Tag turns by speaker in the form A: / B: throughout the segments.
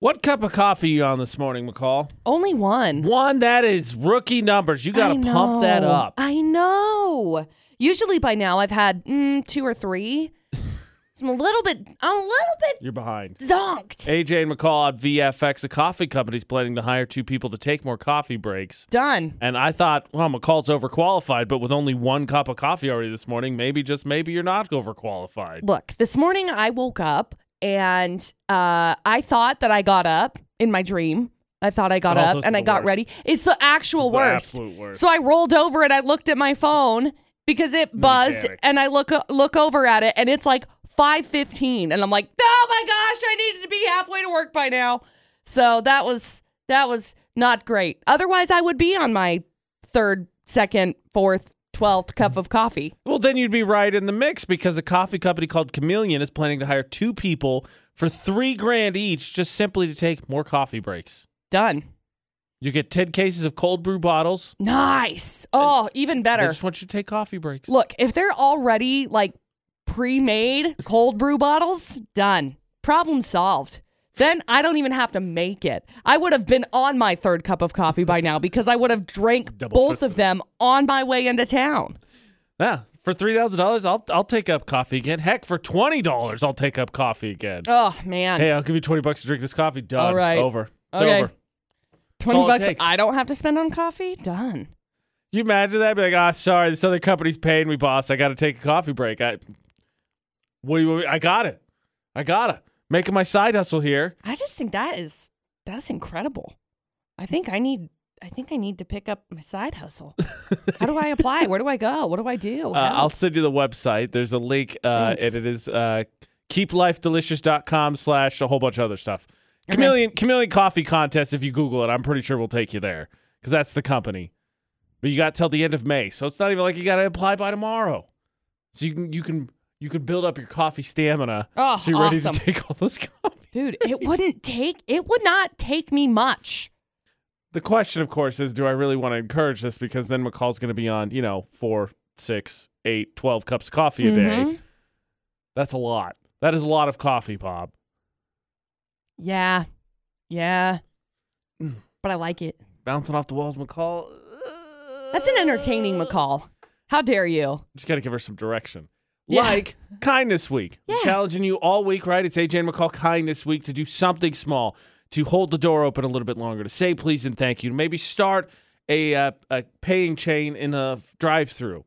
A: What cup of coffee you on this morning, McCall?
B: Only one.
A: One that is rookie numbers. You got to
B: I
A: pump that
B: know.
A: up.
B: I know. Usually by now I've had mm, two or three. I'm a little bit. I'm a little bit
A: You're behind.
B: zonked.
A: AJ and McCall at VFX, a coffee company, is planning to hire two people to take more coffee breaks.
B: Done.
A: And I thought, well, McCall's overqualified, but with only one cup of coffee already this morning, maybe just maybe you're not overqualified.
B: Look, this morning I woke up and uh, I thought that I got up in my dream. I thought I got
A: Oh,
B: up
A: those are
B: and I
A: the
B: got
A: worst.
B: ready. It's the actual
A: The
B: worst.
A: absolute worst.
B: So I rolled over and I looked at my phone because it buzzed,
A: panicked.
B: and I look uh, look over at it, and it's like five fifteen, and I'm like, oh my gosh, I needed to be halfway to work by now. So that was that was not great. Otherwise, I would be on my third, second, fourth, twelfth cup of coffee.
A: Well, then you'd be right in the mix because a coffee company called Chameleon is planning to hire two people for three grand each just simply to take more coffee breaks.
B: Done.
A: You get 10 cases of cold brew bottles.
B: Nice. Oh, even
A: I
B: better.
A: just want you to take coffee breaks.
B: Look, if they're already like pre-made cold brew bottles, done. Problem solved. Then I don't even have to make it. I would have been on my third cup of coffee by now because I would have drank
A: Double
B: both
A: fisted
B: of them on my way into town.
A: Yeah, for $3,000, I'll, I'll take up coffee again. Heck, for $20, I'll take up coffee again.
B: Oh man.
A: Hey, I'll give you 20 bucks to drink this coffee. Done.
B: All right.
A: Over. It's
B: Okay.
A: over.
B: 20
A: all it
B: bucks
A: takes.
B: I don't have to spend on coffee? Done.
A: Can you imagine that? Be like, ah, sorry, this other company's paying me, boss. I got to take a coffee break. I, what do you? want me- I got it. I got it. Making my side hustle here.
B: I just think that is that's incredible. I think I need I think I need to pick up my side hustle. How do I apply? Where do I go? What do I do?
A: Uh,
B: Help.
A: I'll send you the website. There's a link, uh,
B: Thanks.
A: and it is uh, keeplifedelicious.com slash a whole bunch of other stuff. Chameleon Chameleon Coffee Contest. If you Google it, I'm pretty sure we'll take you there because that's the company. But you got till the end of May, so it's not even like you got to apply by tomorrow. So you can you can you can build up your coffee stamina.
B: Oh,
A: so you're ready
B: awesome.
A: to take all those coffee.
B: Dude, it wouldn't take it would not take me much.
A: The question, of course, is do I really want to encourage this? Because then McCall's going to be on, you know, four, six, eight, twelve cups of coffee a day.
B: Mhm.
A: That's a lot. That is a lot of coffee, Bob.
B: Yeah. Yeah. But I like it.
A: Bouncing off the walls, McCall.
B: That's an entertaining McCall. How dare you?
A: Just got to give her some direction.
B: Yeah.
A: Like Kindness Week. I'm
B: Yeah.
A: Challenging you all week, right? It's AJ and McCall Kindness Week to do something small, to hold the door open a little bit longer, to say please and thank you, to maybe start a, uh, a paying chain in a drive through.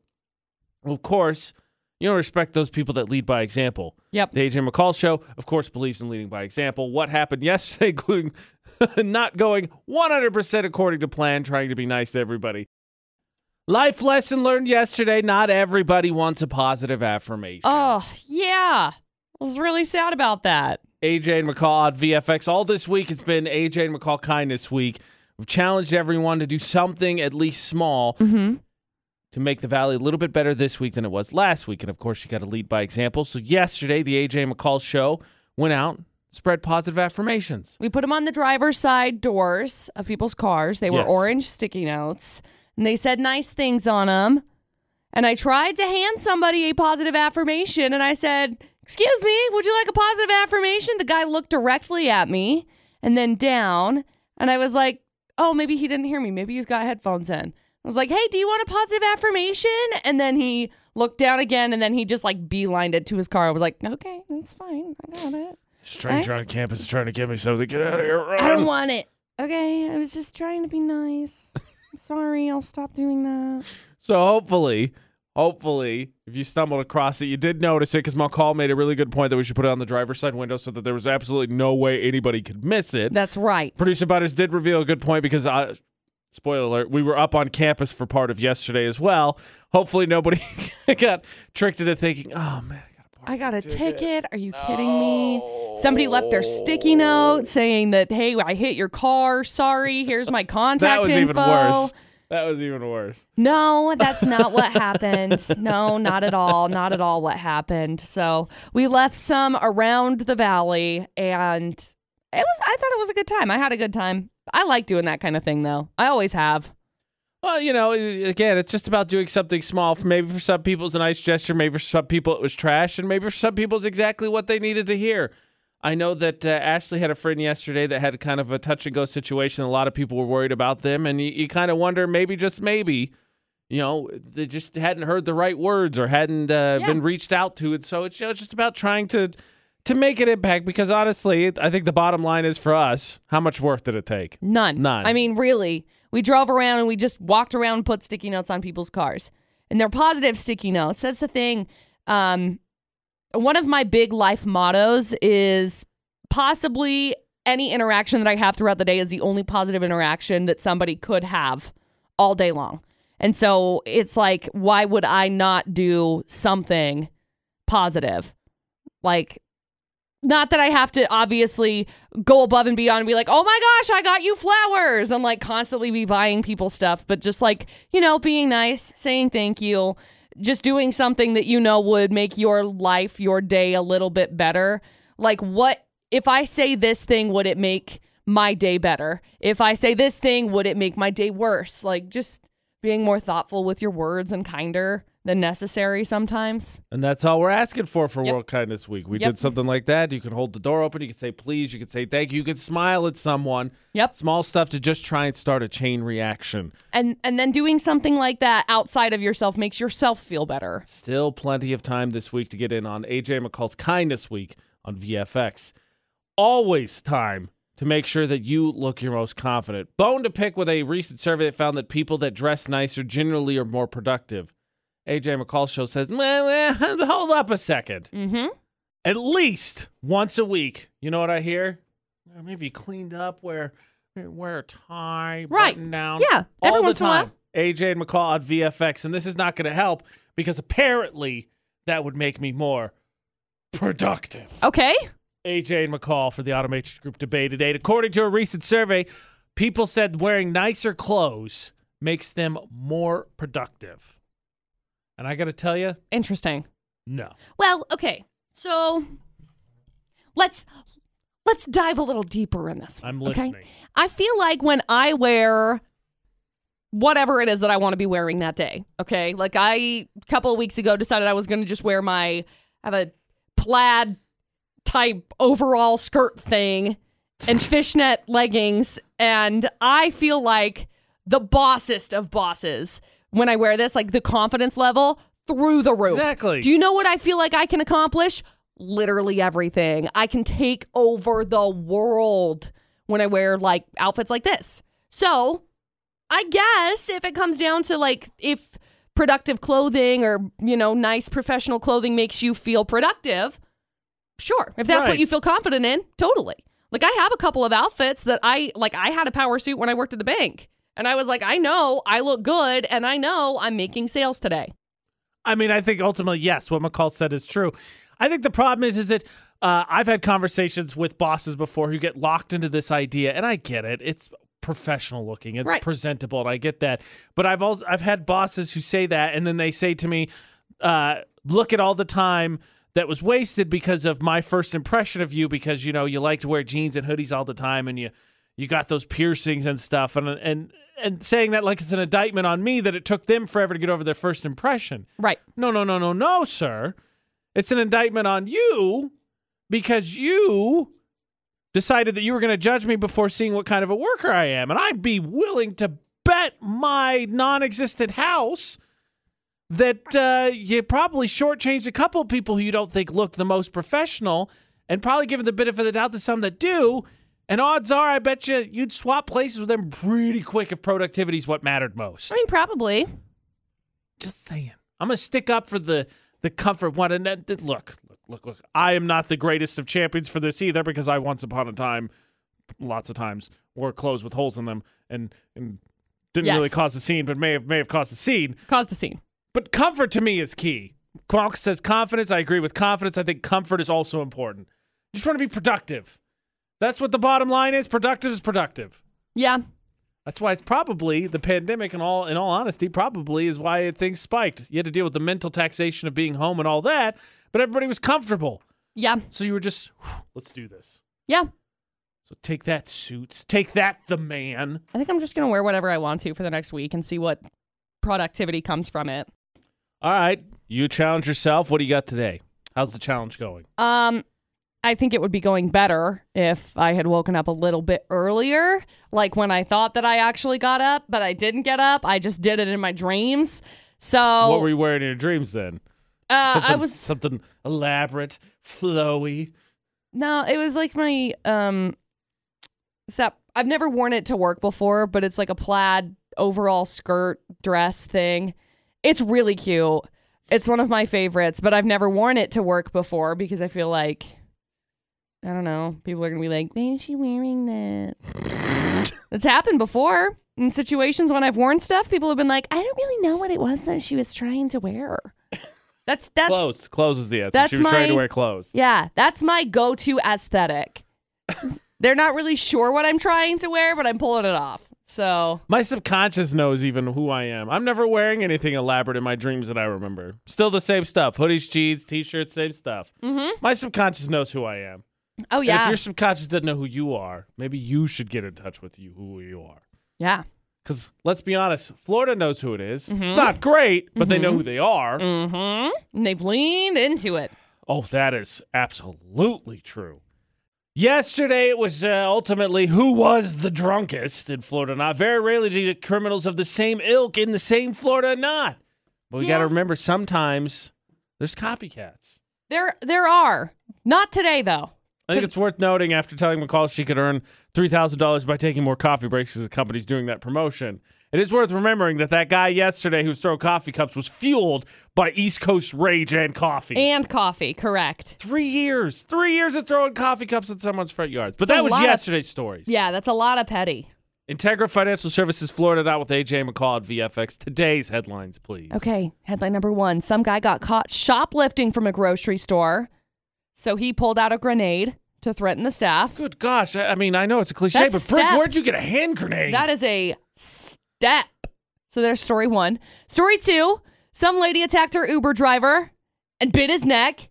A: Of course, you don't respect those people that lead by example.
B: Yep.
A: The AJ McCall Show, of course, believes in leading by example. What happened yesterday, including not going 100% according to plan, trying to be nice to everybody. Life lesson learned yesterday not everybody wants a positive affirmation.
B: Oh, yeah. I was really sad about that.
A: AJ and McCall at VFX. All this week, it's been AJ and McCall Kindness Week. We've challenged everyone to do something at least small
B: Mm-hmm.
A: to make the Valley a little bit better this week than it was last week. And of course, you got to lead by example. So, yesterday, the AJ and McCall Show went out, spread positive affirmations.
B: We put them on the driver's side doors of people's cars. They were
A: Yes.
B: orange sticky notes, and they said nice things on them. And I tried to hand somebody a positive affirmation, and I said, "Excuse me, would you like a positive affirmation?" The guy looked directly at me and then down, and I was like, "Oh, maybe he didn't hear me. Maybe he's got headphones in." I was like, "Hey, do you want a positive affirmation?" And then he looked down again, and then he just like beelined it to his car. I was like, "Okay, that's fine. I got it."
A: Stranger on campus is trying to give me something. Get out of here. Run.
B: I don't want it. Um, Okay, I was just trying to be nice. I'm sorry, I'll stop doing that.
A: so hopefully, hopefully, if you stumbled across it, you did notice it because McCall made a really good point that we should put it on the driver's side window so that there was absolutely no way anybody could miss it.
B: That's right.
A: Producer Butters did reveal a good point because I. Spoiler alert, we were up on campus for part of yesterday as well. Hopefully, nobody got tricked into thinking, oh man, I got a parking
B: I got a
A: ticket.
B: ticket. Are you kidding me? Somebody left their sticky note saying that, hey, I hit your car. Sorry, here's my contact
A: That was even
B: info.
A: worse. That was even worse.
B: No, that's not what happened. No, not at all. Not at all what happened. So we left some around the valley and it was I thought it was a good time. I had a good time. I like doing that kind of thing though. I always have.
A: Well, you know, i- again, it's just about doing something small. For maybe for some people, it's a nice gesture. Maybe for some people, it was trash, and maybe for some people, it's exactly what they needed to hear. I know that uh, Ashley had a friend yesterday that had kind of a touch and go situation. A lot of people were worried about them, and you, you kind of wonder maybe, just maybe, you know, they just hadn't heard the right words or hadn't uh,
B: Yeah.
A: been reached out to. And so it's you know, it's just about trying to to make an impact because honestly, I think the bottom line is for us, how much work did it take?
B: None.
A: None.
B: I mean, really, we drove around and we just walked around and put sticky notes on people's cars. And they're positive sticky notes. That's the thing. Um, one of my big life mottos is possibly any interaction that I have throughout the day is the only positive interaction that somebody could have all day long. And so it's like, why would I not do something positive? Like, not that I have to obviously go above and beyond and be like, oh my gosh, I got you flowers and like constantly be buying people stuff, but just like, you know, being nice, saying thank you, just doing something that you know would make your life, your day a little bit better. Like, what if I say this thing, would it make my day better? If I say this thing, would it make my day worse? Like, just being more thoughtful with your words and kinder than necessary sometimes.
A: And that's all we're asking for for
B: Yep.
A: World Kindness Week. We
B: Yep.
A: did something like that. You can hold the door open. You can say please. You can say thank you. You can smile at someone.
B: Yep.
A: Small stuff to just try and start a chain reaction.
B: and and then doing something like that outside of yourself makes yourself feel better.
A: Still plenty of time this week to get in on AJ McCall's Kindness Week on VFX. Always time to make sure that you look your most confident. Bone to pick with a recent survey that found that people that dress nicer generally are more productive. AJ McCall's show says, "Well, well, hold up a second.
B: Mm-hmm.
A: at least once a week. You know what I hear? Uh, Maybe cleaned up, wear wear a tie,
B: Right.
A: button down.
B: Yeah,
A: all
B: every
A: the
B: once in a while.
A: time. AJ and McCall on VFX, and this is not going to help because apparently that would make me more productive.
B: Okay.
A: AJ and McCall for the Automatrix Group debate today. According to a recent survey, people said wearing nicer clothes makes them more productive. And I got to tell you,
B: Interesting.
A: no.
B: Well, okay. So let's let's dive a little deeper in this.
A: I'm
B: okay?
A: listening.
B: I feel like when I wear whatever it is that I want to be wearing that day, okay? Like I a couple of weeks ago decided I was going to just wear my I have a plaid type overall skirt thing and fishnet leggings and I feel like the bossest of bosses when I wear this, like the confidence level through the roof.
A: Exactly.
B: Do you know what I feel like I can accomplish? Literally everything. I can take over the world when I wear like outfits like this. So, I guess if it comes down to like if productive clothing or, you know, nice professional clothing makes you feel productive, sure. If that's what
A: Right.
B: you feel confident in, totally. Like I have a couple of outfits that I like I had a power suit when I worked at the bank. And I was like, I know I look good and I know I'm making sales today.
A: I mean, I think ultimately, yes, what McCall said is true. I think the problem is, is that uh, I've had conversations with bosses before who get locked into this idea, and I get it. It's professional looking, it's
B: Right.
A: presentable, and I get that. But I've also I've had bosses who say that, and then they say to me, uh, "Look at all the time." That was wasted because of my first impression of you, because you know you like to wear jeans and hoodies all the time, and you you got those piercings and stuff, and and and saying that like it's an indictment on me that it took them forever to get over their first impression.
B: Right.
A: No, no, no, no, no, sir. It's an indictment on you because you decided that you were going to judge me before seeing what kind of a worker I am. And I'd be willing to bet my non existent house that uh, you probably shortchanged a couple of people who you don't think look the most professional and probably given the benefit of the doubt to some that do. And odds are, I bet you you'd swap places with them pretty quick if productivity is what mattered most.
B: I mean, probably.
A: Just saying. I'm gonna stick up for the the comfort one. And then, th- look, look, look, look. I am not the greatest of champions for this either because I once upon a time, lots of times, wore clothes with holes in them and and didn't
B: Yes.
A: really cause a scene, but may have may have caused a scene.
B: Cause the scene.
A: But comfort to me is key. Quonk says confidence. I agree with confidence. I think comfort is also important. Just want to be productive. That's what the bottom line is. Productive is productive.
B: Yeah.
A: That's why it's probably the pandemic, and all in all honesty, probably is why things spiked. You had to deal with the mental taxation of being home and all that, but everybody was comfortable,
B: Yeah.
A: so you were just, "Whew, let's do this.
B: Yeah.
A: So take that suits, take that the man.
B: I think I'm just going to wear whatever I want to for the next week and see what productivity comes from it.
A: All right, you challenge yourself. What do you got today? How's the challenge going?
B: Um I think it would be going better if I had woken up a little bit earlier, like when I thought that I actually got up, but I didn't get up. I just did it in my dreams. So
A: What were you wearing in your dreams then?
B: Oh. uh,
A: Something,
B: I was
A: something elaborate, flowy.
B: No, it was like my um sap I've never worn it to work before, but it's like a plaid overall skirt dress thing. It's really cute. It's one of my favorites, but I've never worn it to work before because I feel like I don't know, people are gonna be like, Why is she wearing that? it's happened before. In situations when I've worn stuff, people have been like, I don't really know what it was that she was trying to wear. That's that's
A: Clothes. Clothes is the answer.
B: that's
A: she was trying to
B: my-
A: wear clothes.
B: yeah, that's my go to aesthetic. They're not really sure what I'm trying to wear, but I'm pulling it off. So,
A: My subconscious knows even who I am. I'm never wearing anything elaborate in my dreams that I remember. Still the same stuff. Hoodies, jeans, t-shirts, same stuff. Mm-hmm. My subconscious knows who I am.
B: oh,
A: And if
B: yeah.
A: your subconscious doesn't know who you are, maybe you should get in touch with you who you are.
B: Yeah.
A: Because let's be honest, Florida knows who it is. It's not great, but they know who they are.
B: Mm hmm. And they've leaned into it.
A: Oh, that is absolutely true. Yesterday, it was uh, ultimately who was the drunkest in Florida. Not very rarely do you get criminals of the same ilk in the same Florida. Not, but we got to
B: Yeah.
A: remember sometimes there's copycats.
B: There, there are. Not today, though.
A: I think it's worth noting after telling McCall she could earn $3,000 by taking more coffee breaks because the company's doing that promotion. It is worth remembering that that guy yesterday who was throwing coffee cups was fueled by East Coast rage and coffee.
B: And coffee, correct.
A: three years, three years of throwing coffee cups at someone's front yards. But
B: It's a
A: that was
B: lot of-
A: yesterday's stories.
B: Yeah, that's a lot of petty.
A: Integra Financial Services Florida dot with AJ McCall at VFX. Today's headlines, please.
B: Okay, headline number one Some guy got caught shoplifting from a grocery store. So he pulled out a grenade to threaten the staff.
A: Good gosh. I, I mean, I know it's a cliche,
B: That's a
A: but Brick,
B: step.
A: where'd you get a hand grenade?
B: That is a step. So there's story one. Story two some lady attacked her Uber driver and bit his neck.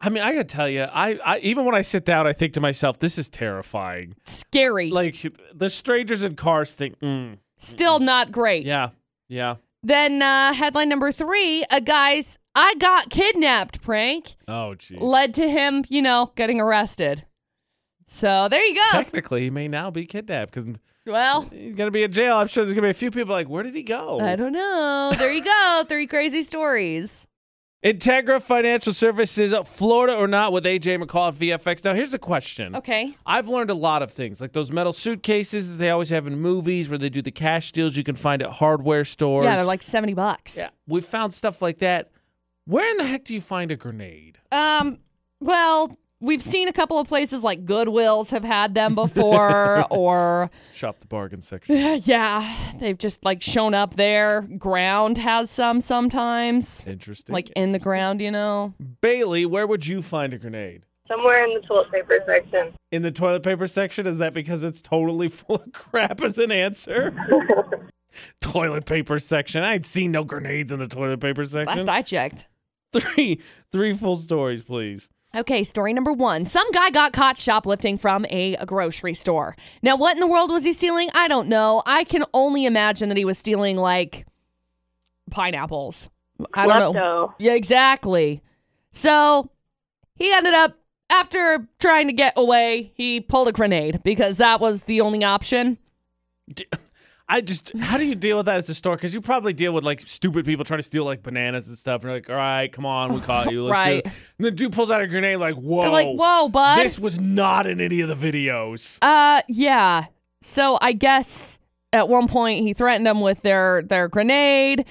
A: I mean, I gotta tell you, I, I even when I sit down, I think to myself, this is terrifying.
B: Scary.
A: like the strangers in cars think, mm,
B: Still not great.
A: yeah, yeah.
B: Then uh, headline number three a guy's I got kidnapped prank
A: Oh, geez.
B: led to him, you know, getting arrested. So there you go.
A: Technically, he may now be kidnapped because
B: Well,
A: he's gonna be in jail. I'm sure there's gonna be a few people like, where did he go?
B: I don't know. There you go. Three crazy stories.
A: Integra Financial Services, Florida or not, with AJ McCall at VFX. Now, here's a question.
B: Okay.
A: I've learned a lot of things, like those metal suitcases that they always have in movies where they do the cash deals you can find at hardware stores.
B: Yeah, they're like 70 bucks.
A: yeah, we found stuff like that. Where in the heck do you find a grenade?
B: Um, well, we've seen a couple of places like Goodwills have had them before, or
A: Shop the bargain section.
B: yeah, they've just like shown up there. Ground has some sometimes,
A: Interesting.
B: like in the ground, you know.
A: Bailey, where would you find a grenade?
C: Somewhere in the toilet paper section.
A: in the toilet paper section? Is that because it's totally full of crap as an answer? toilet paper section. I ain't seen no grenades in the toilet paper section.
B: Last I checked.
A: three three full stories, please.
B: Okay, story number one. Some guy got caught shoplifting from a grocery store. Now, what in the world was he stealing? I don't know. I can only imagine that he was stealing like pineapples. I don't know.
C: Lepto.
B: Yeah, exactly. So he ended up, after trying to get away, he pulled a grenade because that was the only option.
A: I just how do you deal with that as a store? Because you probably deal with like stupid people trying to steal like bananas and stuff. And you're like, all right, come on, we caught you. Let's
B: Right.
A: do this. And the dude pulls out a grenade, like, whoa.
B: I'm like, whoa, bud.
A: This was not in any of the videos.
B: uh, yeah. So I guess at one point he threatened them with their their grenade,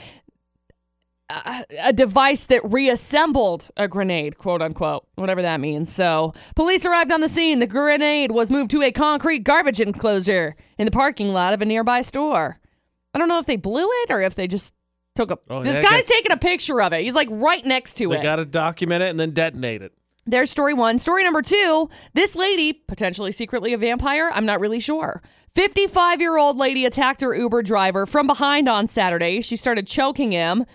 B: uh, a device that reassembled a grenade, quote unquote, whatever that means. So police arrived on the scene. The grenade was moved to a concrete garbage enclosure in the parking lot of a nearby store. I don't know if they blew it or if they just took a.
A: Oh,
B: this
A: yeah, I
B: guy's
A: guess-
B: taking a picture of it. He's like right next to
A: They
B: it.
A: got to document it and then detonate it.
B: There's story one. Story number two this lady, potentially secretly a vampire, I'm not really sure. 55 year old lady attacked her Uber driver from behind on Saturday. She started choking him,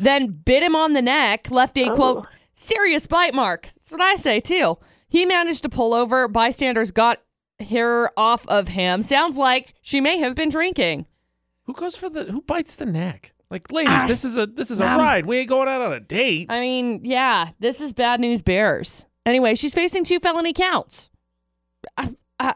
B: then bit him on the neck, left a quote, serious bite mark. That's what I say too. He managed to pull over. Bystanders got her off of him. Sounds like she may have been drinking.
A: Who goes for the who bites the neck? Like, lady,
B: Ah. Um,
A: this is a this is a ride. We ain't going out on a date.
B: I mean, yeah, this is bad news bears. Anyway, she's facing two felony counts. I, I,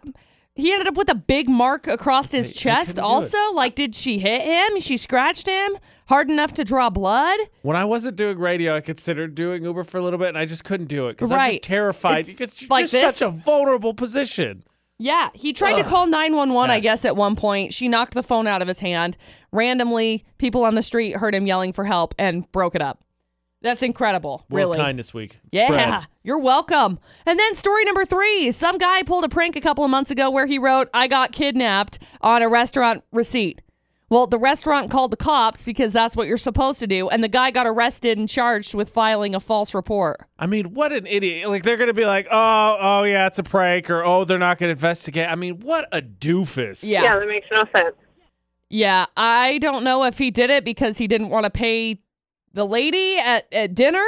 B: he ended up with a big mark across his
A: Hey, he
B: chest.
A: couldn't do
B: Also, like, did she hit him? She scratched him hard enough to draw blood.
A: When I wasn't doing radio, I considered doing Uber for a little bit, and I just couldn't do it because I'm
B: Right.
A: just terrified.
B: It's
A: because you're
B: like
A: just
B: this.
A: such a vulnerable position.
B: Yeah, he tried to call 911, I
A: Yes.
B: guess, at one point. She knocked the phone out of his hand. Randomly, people on the street heard him yelling for help and broke it up. That's incredible,
A: World
B: really.
A: Kindness Week.
B: Yeah,
A: Spread.
B: you're welcome. And then story number three some guy pulled a prank a couple of months ago where he wrote, I got kidnapped on a restaurant receipt. Well, the restaurant called the cops because that's what you're supposed to do. And the guy got arrested and charged with filing a false report.
A: I mean, what an idiot! Like they're gonna be like, oh, oh yeah, it's a prank, or oh, they're not gonna investigate. I mean, what a doofus.
B: Yeah.
C: Yeah, that makes no sense.
B: Yeah, I don't know if he did it because he didn't want to pay the lady at, at dinner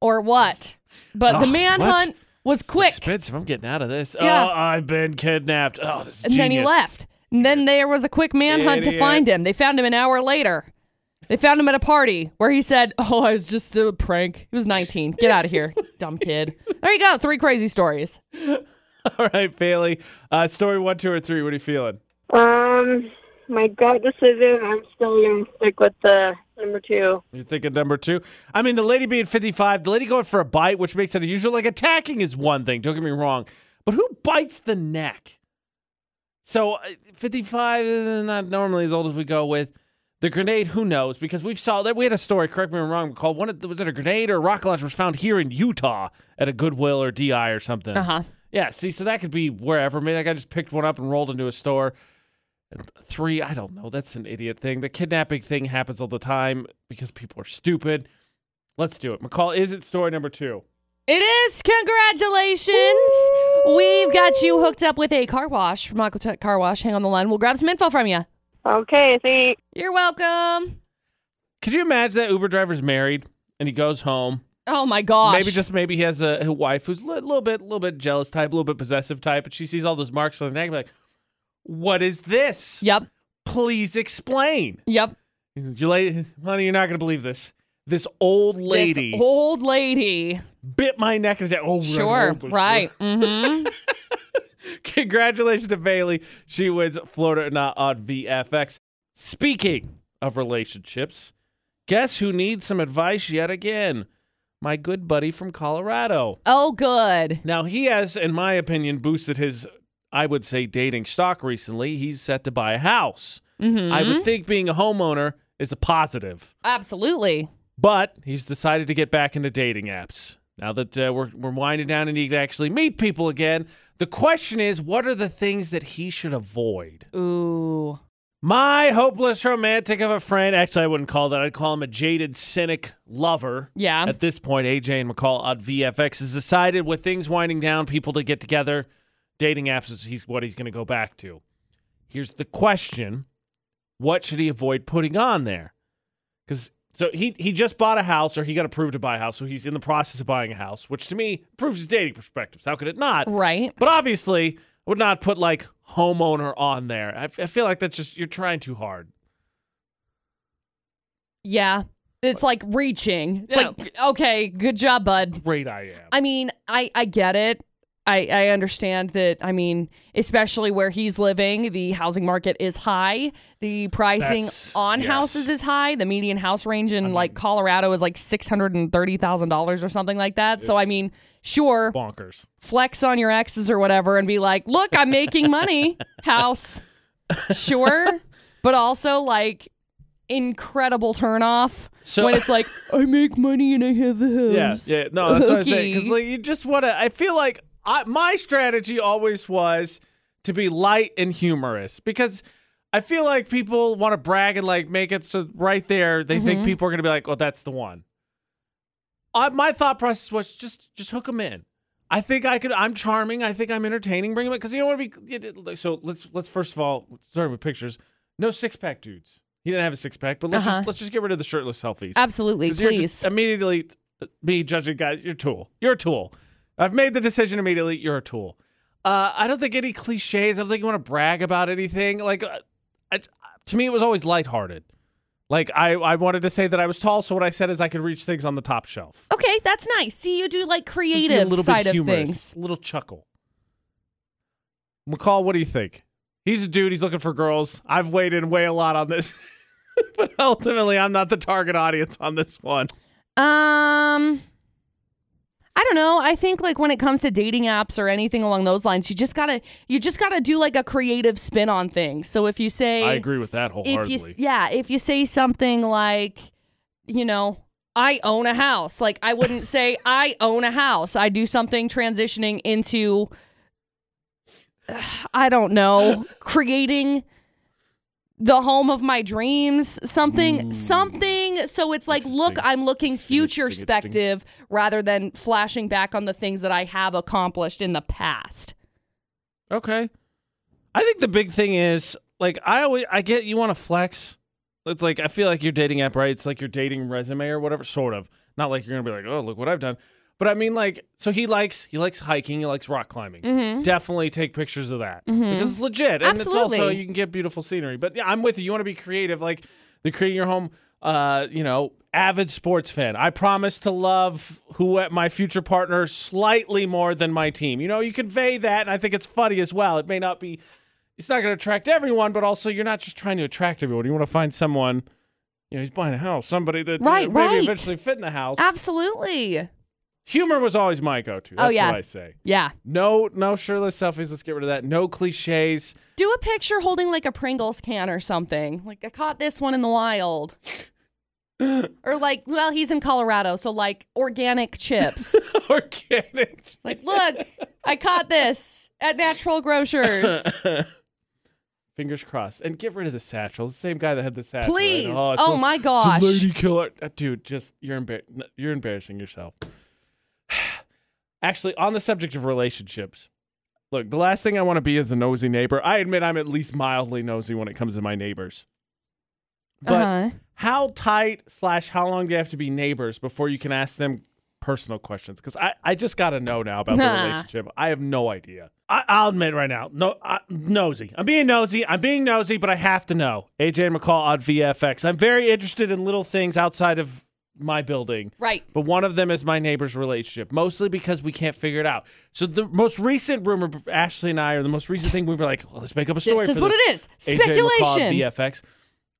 B: or what. But the
A: Ugh,
B: manhunt
A: what?
B: was quick.
A: Expensive. I'm getting out of this.
B: Yeah.
A: Oh, I've been kidnapped. Oh, this is
B: and then he
A: genius.
B: left. And then there was a quick manhunt to
A: Idiot.
B: find him. They found him an hour later. They found him at a party where he said, "Oh, I was just a prank." He was 19. Get out of here, dumb kid. There you go. Three crazy stories.
A: All right, Bailey. Uh, story one, two, or three. What are you feeling?
C: Um, my gut decision, I'm still going to stick with the number two.
A: You're thinking number two. I mean, the lady being 55, the lady going for a bite, which makes it unusual. Like attacking is one thing. Don't get me wrong, but who bites the neck? So uh, 55 is not normally as old as we go with. The grenade, who knows? Because we've saw that we had a story. Correct me if I'm wrong. Called one of the- was it a grenade or a rocket launcher was found here in Utah at a Goodwill or DI or something.
B: Uh huh.
A: Yeah, see, so that could be wherever. Maybe that guy just picked one up and rolled into a store. And th- Three, I don't know. That's an idiot thing. The kidnapping thing happens all the time because people are stupid. Let's do it. McCall, is it story number two?
B: It is. Congratulations. We've got you hooked up with a car wash from Aquatech Car Wash. Hang on the line. We'll grab some info from you.
C: Okay, thanks.
B: You're welcome.
A: Could you imagine that Uber driver's married and he goes home?
B: Oh my gosh.
A: Maybe just maybe he has a, a wife who's a little bit, little bit jealous type, a little bit possessive type, and she sees all those marks on the neck, and be like, "What is this?
B: Yep.
A: Please explain."
B: Yep.
A: He says, "You lady, honey, you're not gonna believe this. This old lady."
B: This old lady.
A: bit my neck and said, "Oh, we're
B: Sure.
A: open, sir."
B: Right. Mm-hmm.
A: Congratulations to Bailey. She wins Florida or Not on VFX. Speaking of relationships, guess who needs some advice yet again? My good buddy from Colorado.
B: oh, good.
A: Now he has, in my opinion, boosted his, I would say, dating stock recently. He's set to buy a house.
B: Mm-hmm.
A: I would think being a homeowner is a positive.
B: Absolutely.
A: But he's decided to get back into dating apps. Now that uh, we're, we're winding down and he can actually meet people again, the question is what are the things that he should avoid?
B: Ooh.
A: My hopeless romantic of a friend. Actually, I wouldn't call that. I'd call him a jaded, cynic lover.
B: Yeah.
A: At this point, AJ and McCall on VFX has decided with things winding down, people to get together, dating apps is he's what he's going to go back to. Here's the question: What should he avoid putting on there? Because so he he just bought a house, or he got approved to buy a house, so he's in the process of buying a house, which to me proves his dating perspectives. How could it not?
B: Right.
A: But obviously, I would not put like homeowner on there. I, f- I feel like that's just you're trying too hard.
B: Yeah. It's like reaching. It's
A: Yeah.
B: like, okay, good job, bud.
A: Great, I am.
B: I mean, I I get it. I I understand that. I mean, especially where he's living, the housing market is high. The pricing
A: That's-
B: on
A: yes.
B: houses is high. The median house range in like Colorado is like six hundred and thirty thousand dollars or something like that. So I mean, sure,
A: Bonkers.
B: flex on your exes or whatever and be like, look, I'm making money, house. Sure. But also like incredible turnoff
A: So-
B: when it's like, I make money and I have a house.
A: Yes. Yeah, no, that's what I'm saying. Because
B: Okay.
A: like you just want to. I feel like I, my strategy always was to be light and humorous because. I feel like people want to brag and like make it so right there they
B: Mm-hmm.
A: think people are going to be like, "Oh, that's the one." I, my thought process was just just hook them in. I think I could. I'm charming. I think I'm entertaining. Bring them in because you don't want to be. you did- So let's let's first of all starting with pictures. No six pack dudes. He didn't have a six pack, but let's
B: Uh-huh.
A: just let's just get rid of the shirtless selfies.
B: Absolutely,
A: 'Cause You're
B: please.
A: just immediately uh, me judging guys. You're a tool. You're a tool. I've made the decision immediately. You're a tool. Uh, I don't think any cliches. I don't think you want to brag about anything. Like, uh, I, to me, it was always lighthearted. Like I, I wanted to say that I was tall, so what I said is I could reach things on the top shelf.
B: Okay, that's nice. See, you do like
A: Just be
B: creative
A: a little
B: side
A: bit
B: of
A: humorous,
B: things.
A: A little chuckle. McCall, what do you think? He's a dude. He's looking for girls. I've weighed in way a lot on this, but ultimately, I'm not the target audience on this one.
B: Um, I don't know. I think like when it comes to dating apps or anything along those lines, you just gotta you just gotta do like a creative spin on things. So if you say
A: I agree with that
B: if
A: wholeheartedly.
B: you yeah if you say something like you know i own a house like i wouldn't say i own a house i do something transitioning into i don't know creating the home of my dreams something something so it's like look
A: Hmm. Interesting.
B: i'm looking future
A: interesting, interesting.
B: perspective rather than flashing back on the things that i have accomplished in the past
A: Okay. I think the big thing is like I always I get you want to flex. It's like I feel like your dating app, right? It's like your dating resume or whatever, sort of. Not like you're gonna be like, oh, look what I've done. But I mean, like, so he likes he likes hiking, he likes rock climbing. Definitely take pictures of that because it's legit, and it's also
B: Absolutely.
A: you can get beautiful scenery. But yeah, I'm with you. You want to be creative, like the creating your home. Uh, you know, avid sports fan. I promise to love who my future partner slightly more than my team. You know, you convey that, and I think it's funny as well. It may not be it's not going to attract everyone, but also you're not just trying to attract everyone. You want to find someone, you know, he's buying a house, somebody that uh,
B: Right,
A: maybe
B: right.
A: eventually fit in the house.
B: absolutely
A: Humor was always my go-to. That's
B: Oh, yeah.
A: what I say.
B: yeah
A: No, no shirtless selfies. Let's get rid of that. No cliches.
B: Do a picture holding like a Pringles can or something. Like I caught this one in the wild. or like, well, he's in Colorado, so like organic chips. It's
A: Organic.
B: like, look, I caught this at Natural Grocers.
A: Fingers crossed. And get rid of the satchel. It's the same guy that had the satchel. right?
B: Please.
A: it's
B: oh
A: a-
B: my gosh.
A: It's a lady killer. Uh, Dude, just you're embar- n- you're embarrassing yourself. Actually, on the subject of relationships, look, the last thing I want to be is a nosy neighbor. I admit I'm at least mildly nosy when it comes to my neighbors. But
B: Uh-huh.
A: how tight slash how long do you have to be neighbors before you can ask them personal questions? Because I, I just gotta know now about
B: Nah.
A: the relationship. I have no idea. I, I'll admit right now, no I, nosy. I'm being nosy. I'm being nosy, but I have to know. AJ and McCall on VFX. I'm very interested in little things outside of my building.
B: Right.
A: But one of them is my neighbor's relationship, mostly because we can't figure it out. So the most recent rumor, Ashley and I, or the most recent thing, we were like, well, let's make up a story.
B: This is
A: for
B: what
A: this.
B: it
A: AJ
B: is.
A: McCall
B: Speculation.
A: at VFX.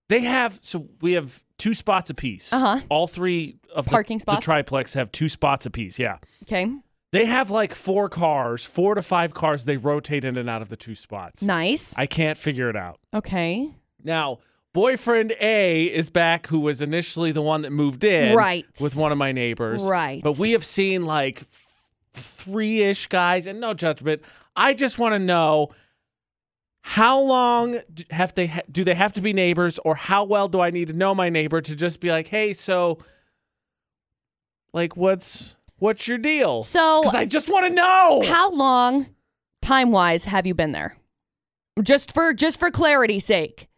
A: They have so we have two spots apiece.
B: Uh-huh.
A: All three of the-
B: Parking spots?
A: The triplex have two spots apiece. Yeah.
B: Okay.
A: They have like four cars, four to five cars. They rotate in and out of the two spots.
B: Nice.
A: I can't figure it out.
B: Okay.
A: Now, boyfriend A is back, who was initially the one that moved in,
B: Right.
A: with one of my neighbors,
B: Right.
A: But we have seen like three ish guys, and no judgment. I just want to know how long d- have they ha- do they have to be neighbors, or how well do I need to know my neighbor to just be like, hey, so like what's what's your deal?
B: So-
A: because I just want to know.
B: How long time wise have you been there? Just for just for clarity's sake.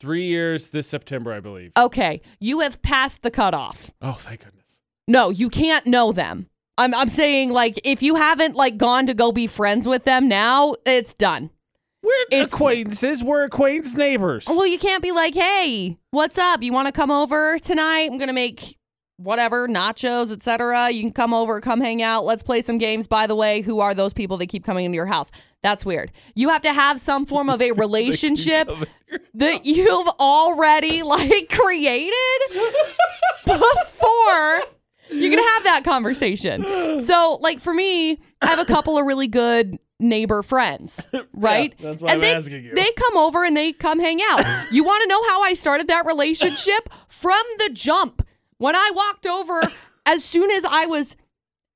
A: three years this September, I believe.
B: Okay. You have passed the cutoff.
A: Oh, thank goodness.
B: No, you can't know them. I'm I'm saying like if you haven't like gone to go be friends with them now, it's done.
A: We're
B: It's-
A: acquaintances. We're acquaintance neighbors.
B: Well, you can't be like, "Hey, what's up? You want to come over tonight? I'm going to make whatever nachos, etc. You can come over, come hang out. Let's play some games. By the way, who are those people that keep coming into your house? That's weird. You have to have some form of a relationship that you've already like created before you can have that conversation. So, like for me, I have a couple of really good neighbor friends, right?
A: that's why
B: and
A: I'm
B: they,
A: asking you.
B: They come over and they come hang out. you want to know how I started that relationship from the jump? When I walked over, as soon as I was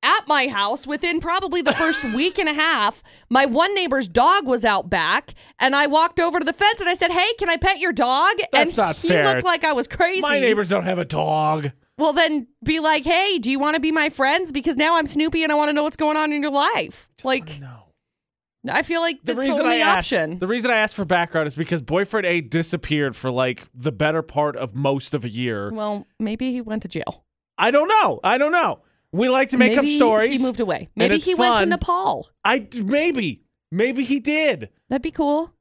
B: at my house within probably the first week and a half. My one neighbor's dog was out back, and I walked over to the fence and I said, "Hey, can I pet your dog?"
A: That's
B: and
A: not
B: he
A: fair.
B: looked like I was crazy.
A: My neighbors don't have a dog.
B: Well, then be like, "Hey, do you want to be my friends? Because now I'm Snoopy and I want to know what's going on in your life." Like,
A: No.
B: I feel like
A: The
B: that's the
A: reason
B: only
A: I asked,
B: option.
A: The reason I asked for background is because boyfriend A disappeared for like the better part of most of a year.
B: well, maybe he went to jail.
A: I don't know. I don't know. We like to make
B: maybe
A: up stories.
B: He moved away.
A: and
B: Maybe
A: it's
B: he went to
A: fun.
B: Nepal.
A: I maybe maybe he did.
B: That'd be cool.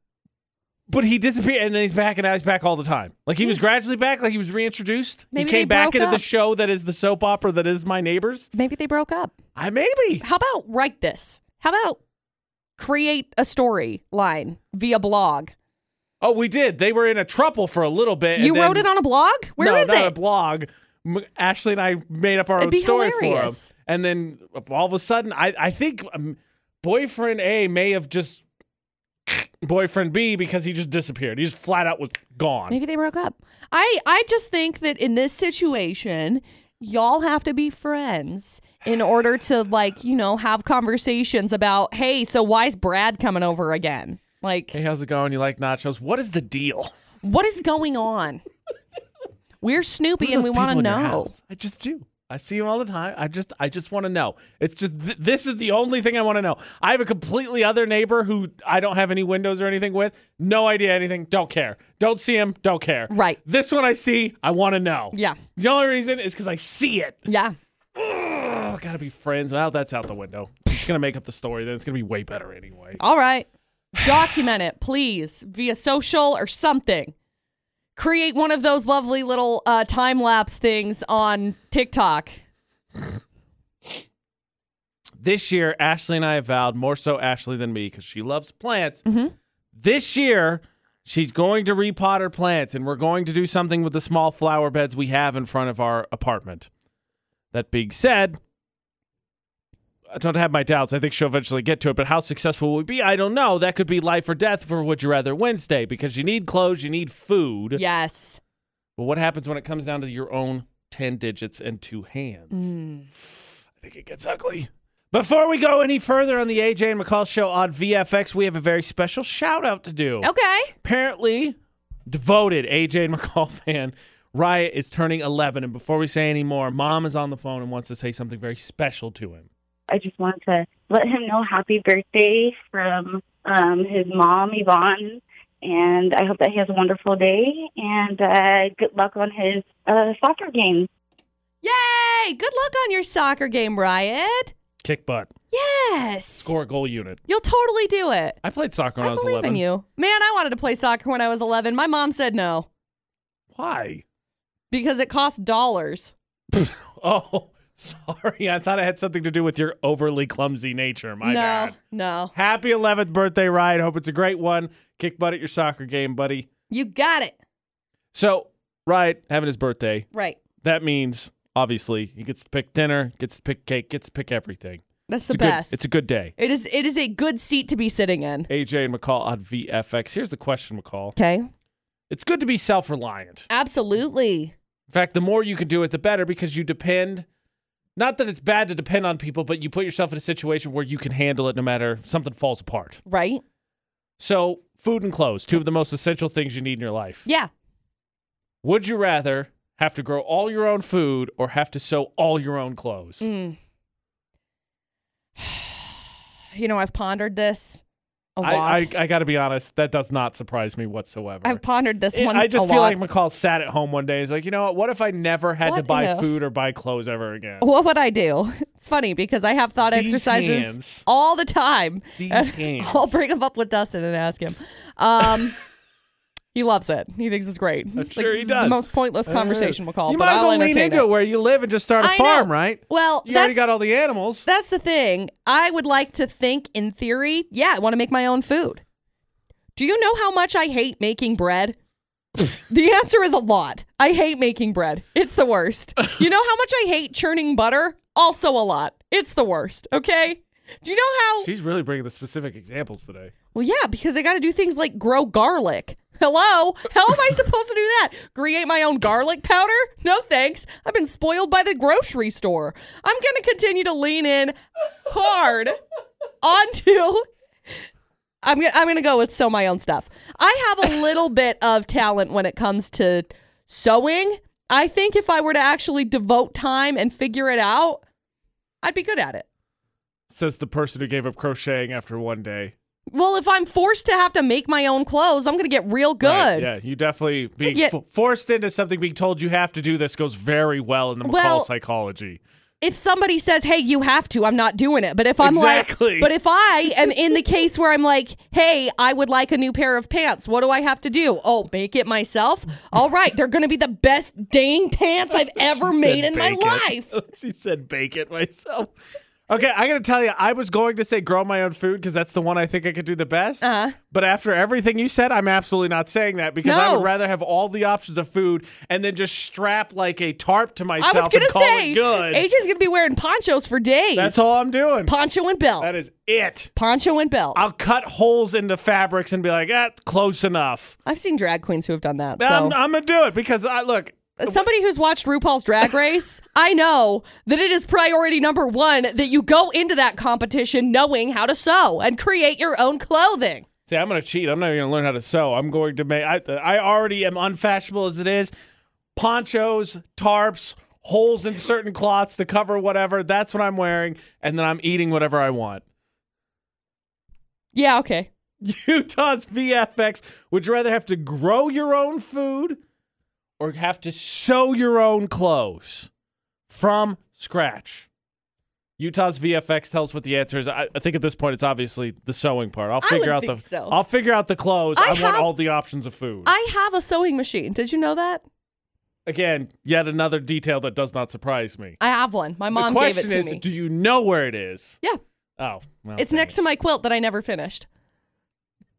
A: But he disappeared and then he's back and now he's back all the time. Like he was gradually back, like he was reintroduced.
B: Hmm. Maybe
A: he
B: they
A: came back
B: broke
A: into the
B: up.
A: show that is the soap opera that is my neighbors.
B: Maybe they broke up.
A: I maybe.
B: How about write this? How about create a story line via blog?
A: Oh, we did. They were in a trouble for a little bit. and
B: you
A: then-
B: wrote it on a blog? Where
A: no,
B: is
A: not
B: it?
A: a blog. M- Ashley and I made up our
B: It'd
A: own
B: be
A: story
B: hilarious.
A: for him, and then uh, all of a sudden, I I think um, boyfriend A may have just boyfriend B because he just disappeared. He just flat out was gone.
B: Maybe they broke up. I I just think that in this situation, y'all have to be friends in order to like, you know, have conversations about, "Hey, so why is Brad coming over again?" Like,
A: Hey, how's it going? You like nachos? What is the deal?
B: what is going on? We're
A: Who
B: Snoopy
A: are
B: and
A: those
B: we want
A: people
B: to
A: in your
B: know.
A: house? I just do. I see them all the time. I just, I just want to know. It's just th- this is the only thing I want to know. I have a completely other neighbor who I don't have any windows or anything with. No idea anything. Don't care. Don't see him. Don't care.
B: Right.
A: This one I see. I want to know.
B: Yeah.
A: The only reason is because I see it.
B: Yeah.
A: Ugh, gotta be friends. Well, that's out the window. I'm just gonna make up the story. Then it's gonna be way better anyway.
B: All right. Document it, please, via social or something. Create one of those lovely little uh, time lapse things on TikTok.
A: this year, Ashley and I have vowed, more so Ashley than me, because she loves plants. This year, she's going to repot her plants, and we're going to do something with the small flower beds we have in front of our apartment. That being said, I don't have my doubts. I think she'll eventually get to it, but how successful will we be? I don't know. That could be life or death for Would You Rather Wednesday because you need clothes, you need food.
B: Yes.
A: But what happens when it comes down to your own 10 digits and two hands?
B: Hmm.
A: I think it gets ugly. Before we go any further on the AJ and McCall show on VFX, we have a very special shout out to do.
B: Okay.
A: Apparently, devoted AJ and McCall fan, Riot is turning 11. And before we say any more, mom is on the phone and wants to say something very special to him.
C: I just wanted to let him know happy birthday from um, his mom, Yvonne. And I hope that he has a wonderful day and uh, good luck on his uh, soccer game.
B: Yay! Good luck on your soccer game, Riot.
A: Kick butt,
B: Yes.
A: score a goal unit.
B: You'll totally do it.
A: I played soccer when I,
B: I
A: was
B: believe
A: 11.
B: in you. Man, I wanted to play soccer when I was 11. My mom said no
A: Why?
B: because it cost dollars.
A: Oh, sorry. I thought it had something to do with your overly clumsy nature. My
B: no,
A: bad.
B: no.
A: Happy 11th birthday, Ryan. Hope it's a great one. Kick butt at your soccer game, buddy.
B: You got it.
A: So, Ryan having his birthday,
B: Right.
A: that means obviously he gets to pick dinner, gets to pick cake, gets to pick everything.
B: That's
A: It's
B: the
A: a good-
B: best.
A: it's a good day.
B: it is it is a good seat to be sitting in.
A: AJ and McCall on VFX. Here's the question, McCall.
B: Okay.
A: It's good to be self reliant.
B: Absolutely.
A: In fact, the more you can do it, the better because you depend. Not that it's bad to depend on people, but you put yourself in a situation where you can handle it no matter if something falls apart.
B: Right?
A: So, food and clothes, two of the most essential things you need in your life.
B: Yeah.
A: Would you rather have to grow all your own food or have to sew all your own clothes?
B: Mm. You know, I've pondered this a lot.
A: I, I, I got to be honest, that does not surprise me whatsoever.
B: have pondered this
A: It-
B: one.
A: I just
B: a
A: feel
B: lot.
A: like McCall sat at home one day. He's like, you know what? What if I never had to
B: What
A: buy
B: if? Oh,
A: food or buy clothes ever again?
B: What would I do? It's funny because I have thought
A: These
B: exercises
A: hands.
B: all the time.
A: These hands.
B: I'll bring them up with Dustin and ask him. Um, he loves it. He thinks it's great.
A: I'm
B: Like,
A: sure he
B: this is
A: does. Uh,
B: The most pointless conversation we'll call.
A: You
B: but
A: might as
B: I'll
A: well lean
B: entertain
A: into it. where you live and just start a
B: I know.
A: farm, right?
B: Well,
A: you already
B: that's-
A: got all the animals.
B: That's the thing. I would like to think, in theory, yeah, I want to make my own food. Do you know how much I hate making bread? the answer is a lot. I hate making bread. It's the worst. you know how much I hate churning butter? Also a lot. It's the worst. Okay. Do you know how?
A: She's really bringing the specific examples today.
B: Well, yeah, because I got to do things like grow garlic. Hello? How am I supposed to do that? Create my own garlic powder? No thanks. I've been spoiled by the grocery store. I'm going to continue to lean in hard onto. I'm gonna, I'm going to go with sew my own stuff. I have a little bit of talent when it comes to sewing. I think if I were to actually devote time and figure it out, I'd be good at it.
A: Says the person who gave up crocheting after one day.
B: Well, if I'm forced to have to make my own clothes, I'm going to get real good.
A: Right, yeah, you definitely being
B: Yeah.
A: fo- forced into something, being told you have to do this goes very well in the McCall
B: Well-
A: psychology.
B: if somebody says, "Hey, you have to," I'm not doing it. But if I'm
A: Exactly.
B: like, but if I am in the case where I'm like, "Hey, I would like a new pair of pants. What do I have to do?" Oh, make it myself. All right, they're going to be the best dang pants I've ever
A: She
B: made
A: said
B: in my
A: bake it.
B: life.
A: she said bake it myself. Okay, I gotta tell you, I was going to say grow my own food because that's the one I think I could do the best.
B: Uh-huh.
A: But after everything you said, I'm absolutely not saying that because I
B: No.
A: would rather have all the options of food and then just strap like a tarp to myself
B: I was going
A: and
B: to
A: call
B: say,
A: it good.
B: AJ's going to be wearing ponchos for days.
A: that's all I'm doing.
B: Poncho and belt.
A: that is it.
B: Poncho and belt.
A: I'll cut holes into fabrics and be like, ah, close enough.
B: I've seen drag queens who have done that.
A: But
B: so.
A: I'm, I'm gonna do it because I look.
B: As somebody who's watched RuPaul's Drag Race, I know that it is priority number one that you go into that competition knowing how to sew and create your own clothing.
A: See, I'm gonna cheat. I'm not even gonna learn how to sew. I'm going to make. I, I already am unfashionable as it is. Ponchos, tarps, holes in certain cloths to cover whatever. That's what I'm wearing, and then I'm eating whatever I want.
B: Yeah, okay.
A: Utah's VFX. Would you rather have to grow your own food, or have to sew your own clothes from scratch? Utah's VFX tells what the answer is. I, I think at this point it's obviously the sewing part. I'll
B: I
A: figure
B: would
A: out
B: think
A: the.
B: so.
A: I'll figure out the clothes. I,
B: I
A: want
B: have-
A: all the options of food.
B: I have a sewing machine. Did you know that?
A: Again, yet another detail that does not surprise me.
B: I have one. My
A: the
B: mom gave it
A: question
B: to
A: is,
B: me.
A: do you know where it is?
B: yeah,
A: Oh, well,
B: it's
A: dang
B: next
A: it.
B: to my quilt that I never finished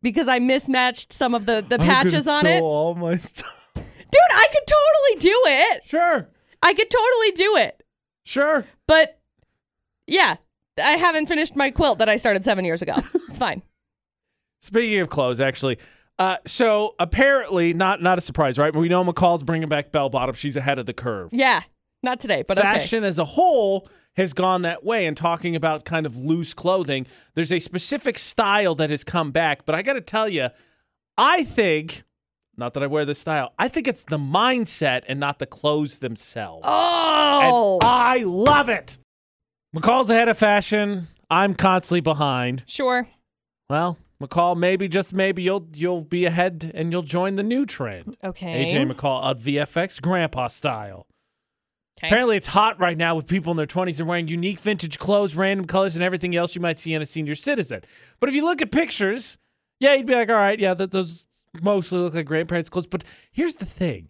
B: because I mismatched some of the, the
A: I'm gonna
B: patches on
A: sew
B: it.
A: All my stuff.
B: Dude, I could totally do it.
A: Sure,
B: I could totally do it.
A: sure.
B: But yeah, I haven't finished my quilt that I started seven years ago. It's fine.
A: Speaking of clothes, actually, uh, so apparently, not not a surprise, right? We know McCall's bringing back bell bottom. She's ahead of the curve.
B: Yeah, not today, but
A: fashion as a whole has gone that way and talking about kind of loose clothing there's a specific style that has come back but i gotta tell you i think not that i wear this style i think it's the mindset and not the clothes themselves
B: okay. Oh,
A: and i love it mccall's ahead of fashion i'm constantly behind
B: sure.
A: well mccall maybe just maybe you'll you'll be ahead and you'll join the new trend
B: Okay.
A: aj mccall of vfx grandpa style
B: okay.
A: Apparently, it's hot right now with people in their 20s and wearing unique vintage clothes, random colors, and everything else you might see in a senior citizen. But if you look at pictures, yeah, you'd be like, all right, yeah, th- those mostly look like grandparents' clothes. But here's the thing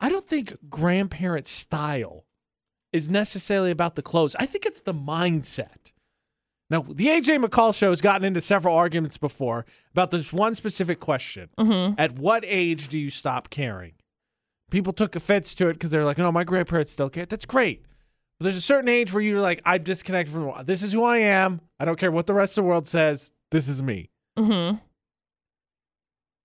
A: I don't think grandparents' style is necessarily about the clothes, I think it's the mindset. Now, the AJ McCall show has gotten into several arguments before about this one specific question At what age do you stop caring? people took offense to it because they're like, no, my grandparents still care. That's great. But there's a certain age where you're like, I'm disconnected from the world. This is who I am. I don't care what the rest of the world says. This is me.
B: Mm-hmm.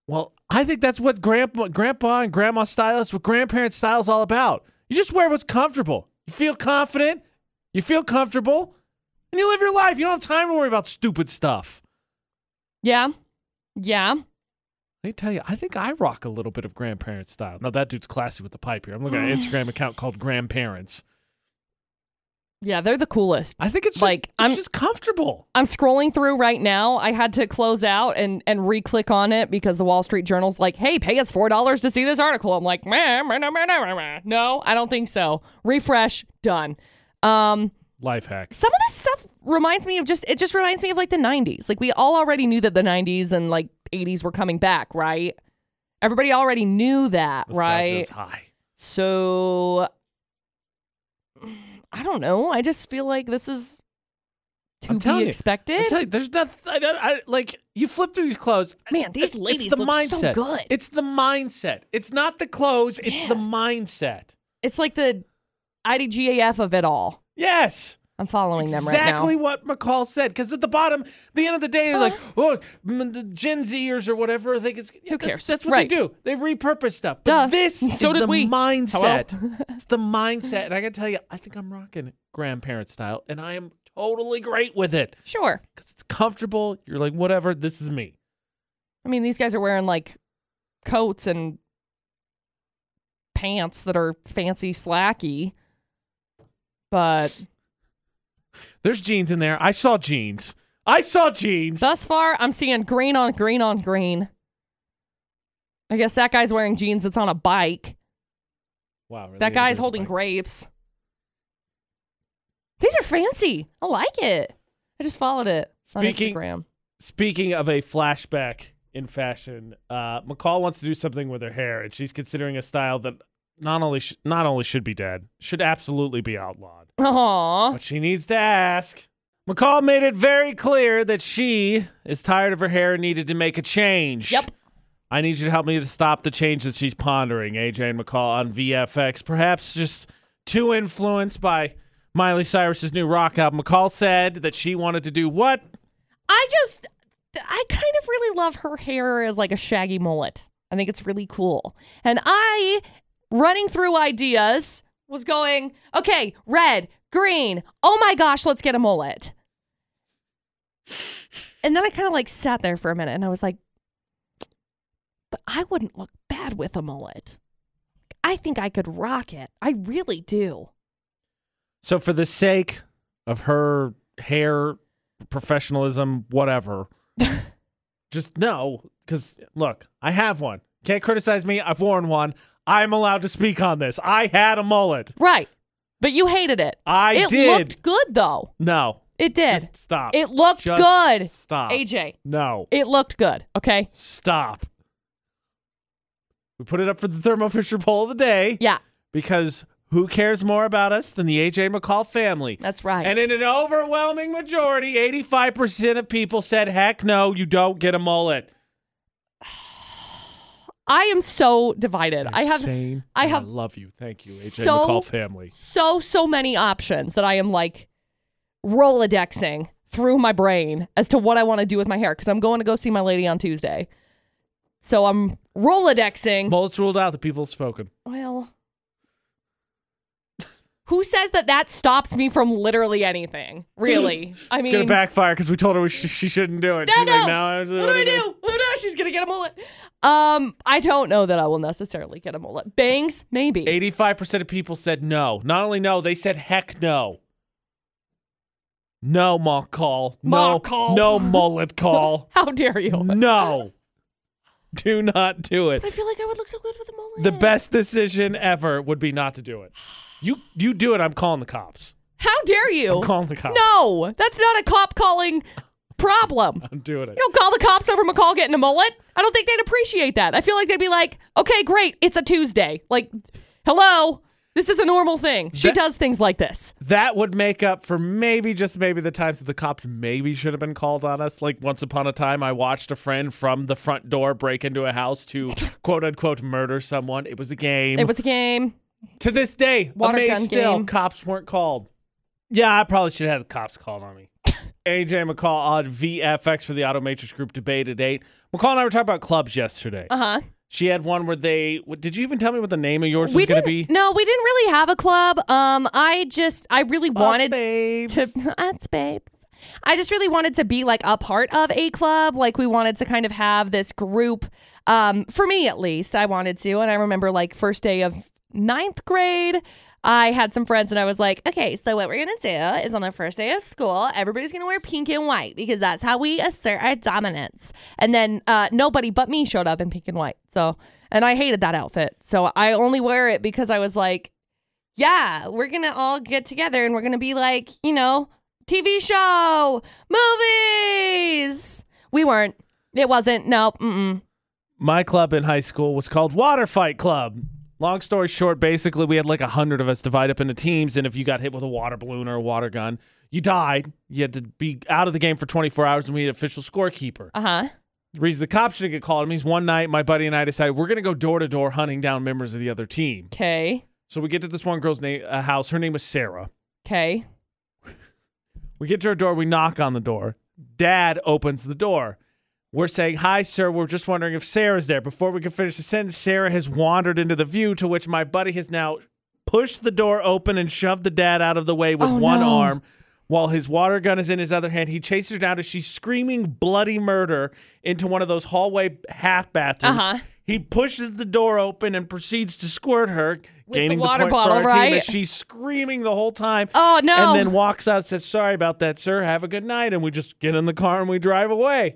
A: Well, I think that's what grandpa, grandpa and grandma style is, what grandparents style is all about. You just wear what's comfortable. You feel confident. You feel comfortable. And you live your life. You don't have time to worry about stupid stuff.
B: Yeah. Yeah.
A: Let me tell you, I think I rock a little bit of grandparents style. No, that dude's classy with the pipe here. I'm looking at
B: Mm.
A: an Instagram account called Grandparents.
B: Yeah. They're the coolest.
A: I think it's just,
B: Like,
A: it's
B: I'm-
A: just comfortable.
B: I'm scrolling through right now. I had to close out and, and re click on it because the Wall Street Journal's like, hey, pay us $4 to see this article. I'm like, meh, meh, meh, meh, meh, meh. no, I don't think so. Refresh, done. Um,
A: Life hack.
B: some of this stuff reminds me of just it just reminds me of like the 90s like we all already knew that the 90s and like 80s were coming back right everybody already knew that right
A: Nostalgia's high.
B: so i don't know i just feel like this is to
A: I'm telling
B: be
A: you. I
B: expected
A: tell you, there's nothing. I, don't- I, like you flip through these clothes.
B: man these
A: It's-
B: ladies
A: it's the
B: look
A: mindset.
B: so good
A: It's the mindset. It's not the clothes. It's
B: Yeah.
A: the mindset.
B: it's like the idgaf of it all
A: Yes,
B: i'm following them right now
A: exactly what McCall said. Because at the bottom, the end of the day, they're like, "Oh, m- the Gen Zers or whatever." I think it's yeah,
B: Who
A: that's-
B: cares?
A: That's, what
B: Right.
A: they do. They repurpose stuff.
B: Duh.
A: But this
B: So
A: is
B: did
A: the
B: we.
A: mindset. it's the mindset, and I gotta tell you, I think I'm rocking it, grandparent style, and I am totally great with it.
B: sure
A: because it's comfortable. You're like, whatever, this is me.
B: I mean, these guys are wearing like coats and pants that are fancy slacky. But
A: There's jeans in there. I saw jeans. I saw jeans.
B: thus far, I'm seeing green on green on green. I guess that guy's wearing jeans that's on a bike.
A: wow, really
B: that
A: integrated
B: guy's holding
A: bike.
B: grapes. These are fancy. I like it. I just followed it
A: Speaking-
B: on Instagram.
A: Speaking of a flashback in fashion, uh, McCall wants to do something with her hair, and she's considering a style that not only sh- not only should be dead, should absolutely be outlawed.
B: Aw.
A: But she needs to ask. McCall made it very clear that she is tired of her hair and needed to make a change.
B: Yep.
A: I need you to help me to stop the change that she's pondering, AJ and McCall on VFX. Perhaps just too influenced by Miley Cyrus's new rock album. McCall said that she wanted to do what?
B: I just, I kind of really love her hair as like a shaggy mullet. I think it's really cool. And I, running through ideas, was going, okay, red, green. Oh my gosh, let's get a mullet. And then I kind of like sat there for a minute and I was like, but I wouldn't look bad with a mullet. I think I could rock it. I really do.
A: So, for the sake of her hair, professionalism, whatever, just no. Because, look, I have one. Can't criticize me. I've worn one. I'm allowed to speak on this. I had a mullet.
B: Right. But you hated it.
A: I
B: it
A: did.
B: looked good though.
A: No.
B: It did.
A: Just stop.
B: It looked
A: Just
B: good.
A: Stop.
B: AJ,
A: No.
B: it looked good. Okay.
A: Stop. We put it up for the Thermo Fisher poll of the day
B: Yeah,
A: because who cares more about us than the AJ McCall family?
B: that's right.
A: And in an overwhelming majority, 85% of people said, heck no, you don't get a mullet.
B: I am so divided. I have
A: Insane.
B: I
A: And
B: have
A: love you. Thank you, AJ
B: so-
A: McCall family.
B: so, so many options that I am like Rolodexing through my brain as to what I want to do with my hair because I'm going to go see my lady on Tuesday. So I'm Rolodexing.
A: Mullets ruled out. The people have spoken.
B: well, who says that that stops me from literally anything? Really? I
A: It's
B: mean,
A: going to backfire because we told her we sh- she shouldn't do it.
B: No,
A: She's
B: no.
A: Like, now I-
B: What do I do? Oh no, she's gonna get a mullet. Um, I don't know that I will necessarily get a mullet. Bangs, maybe.
A: 85% of people said no. Not only no, they said heck no. No mock call. No,
B: Mock call.
A: no mullet call.
B: How dare you?
A: no. Do not do it.
B: I feel like I would look so good with a mullet.
A: The best decision ever would be not to do it. You you do it, I'm calling the cops.
B: How dare you?
A: I'm calling the cops.
B: No, that's not a cop calling problem.
A: I'm doing it.
B: You don't call the cops over McCall getting a mullet. I don't think they'd appreciate that. I feel like they'd be like, okay, great, it's a Tuesday. Like, hello, this is a normal thing. She
A: That-
B: does things like this.
A: That would make up for maybe just maybe the times that the cops maybe should have been called on us. Like once upon a time, I watched a friend from the front door break into a house to quote unquote murder someone. It was a game.
B: It was a game.
A: To this day,
B: Water
A: amazed
B: gun
A: still,
B: game.
A: cops weren't called. Yeah, I probably should have had the cops called on me. AJ McCall on VFX for the Auto Matrix Group debate at eight. McCall and I were talking about clubs yesterday.
B: Uh huh.
A: She had one where they. what- Did you even tell me what the name of yours
B: We
A: was going
B: didn't.
A: to be?
B: No, we didn't really have a club. Um, I just, I really wanted.
A: babes.
B: to us babes. I just really wanted to be like a part of a club. Like we wanted to kind of have this group. Um, for me at least, I wanted to. And I remember like first day of ninth grade, I had some friends and I was like, okay, so what we're gonna do is on the first day of school, everybody's gonna wear pink and white because that's how we assert our dominance. And then uh, nobody but me showed up in pink and white. So and I hated that outfit. So I only wear it because I was like, yeah, we're gonna all get together and we're gonna be like, you know, TV show, movies. We weren't. It wasn't. No. Mm-mm.
A: my club in high school was called Water Fight Club. Long story short, basically, we had like a hundred of us divide up into teams, and if you got hit with a water balloon or a water gun, you died. You had to be out of the game for 24 hours, and we had an official scorekeeper.
B: Uh huh.
A: The reason the cops should get called means one night my buddy and I decided we're gonna go door to door hunting down members of the other team.
B: Okay.
A: So we get to this one girl's na- uh, house. Her name was Sarah.
B: Okay.
A: We get to her door. We knock on the door. Dad opens the door. We're saying, Hi, sir. We're just wondering if Sarah's there. Before we can finish the sentence, Sarah has wandered into the view, to which my buddy has now pushed the door open and shoved the dad out of the way with
B: Oh,
A: one
B: no.
A: arm while his water gun is in his other hand. He chases her down as she's screaming bloody murder into one of those hallway half bathrooms.
B: Uh-huh.
A: He pushes the door open and proceeds to squirt her,
B: the
A: gaining
B: water
A: the point
B: bottle,
A: for our team
B: right?
A: as she's screaming the whole time.
B: Oh no.
A: And then walks out, says, Sorry about that, sir. Have a good night. And we just get in the car and we drive away.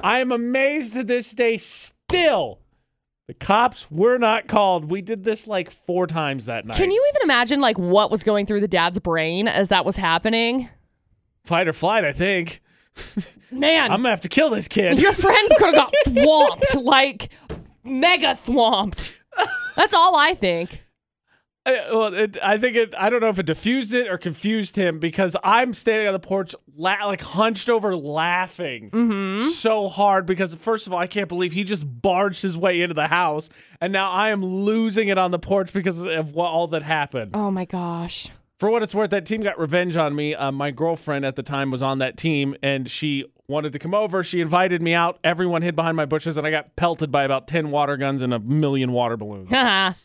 A: I am amazed to this day still The cops were not called. We did this like four times that night.
B: Can you even imagine like what was going through the dad's brain as that was happening?
A: Fight or flight, I think.
B: Man,
A: I'm gonna have to kill this kid.
B: your friend could have got thwomped, like mega thwomped. That's all I think.
A: Uh, well, it, I think it. I don't know if it diffused it or confused him because I'm standing on the porch, la- like hunched over, laughing
B: Mm-hmm. Hmm?
A: so hard because first of all, I can't believe he just barged his way into the house, and now I am losing it on the porch because of what all that happened.
B: Oh my gosh.
A: For what it's worth, that team got revenge on me. Uh, my girlfriend at the time was on that team, and she wanted to come over. She invited me out. Everyone hid behind my bushes, and I got pelted by about ten water guns and a million water balloons.
B: That's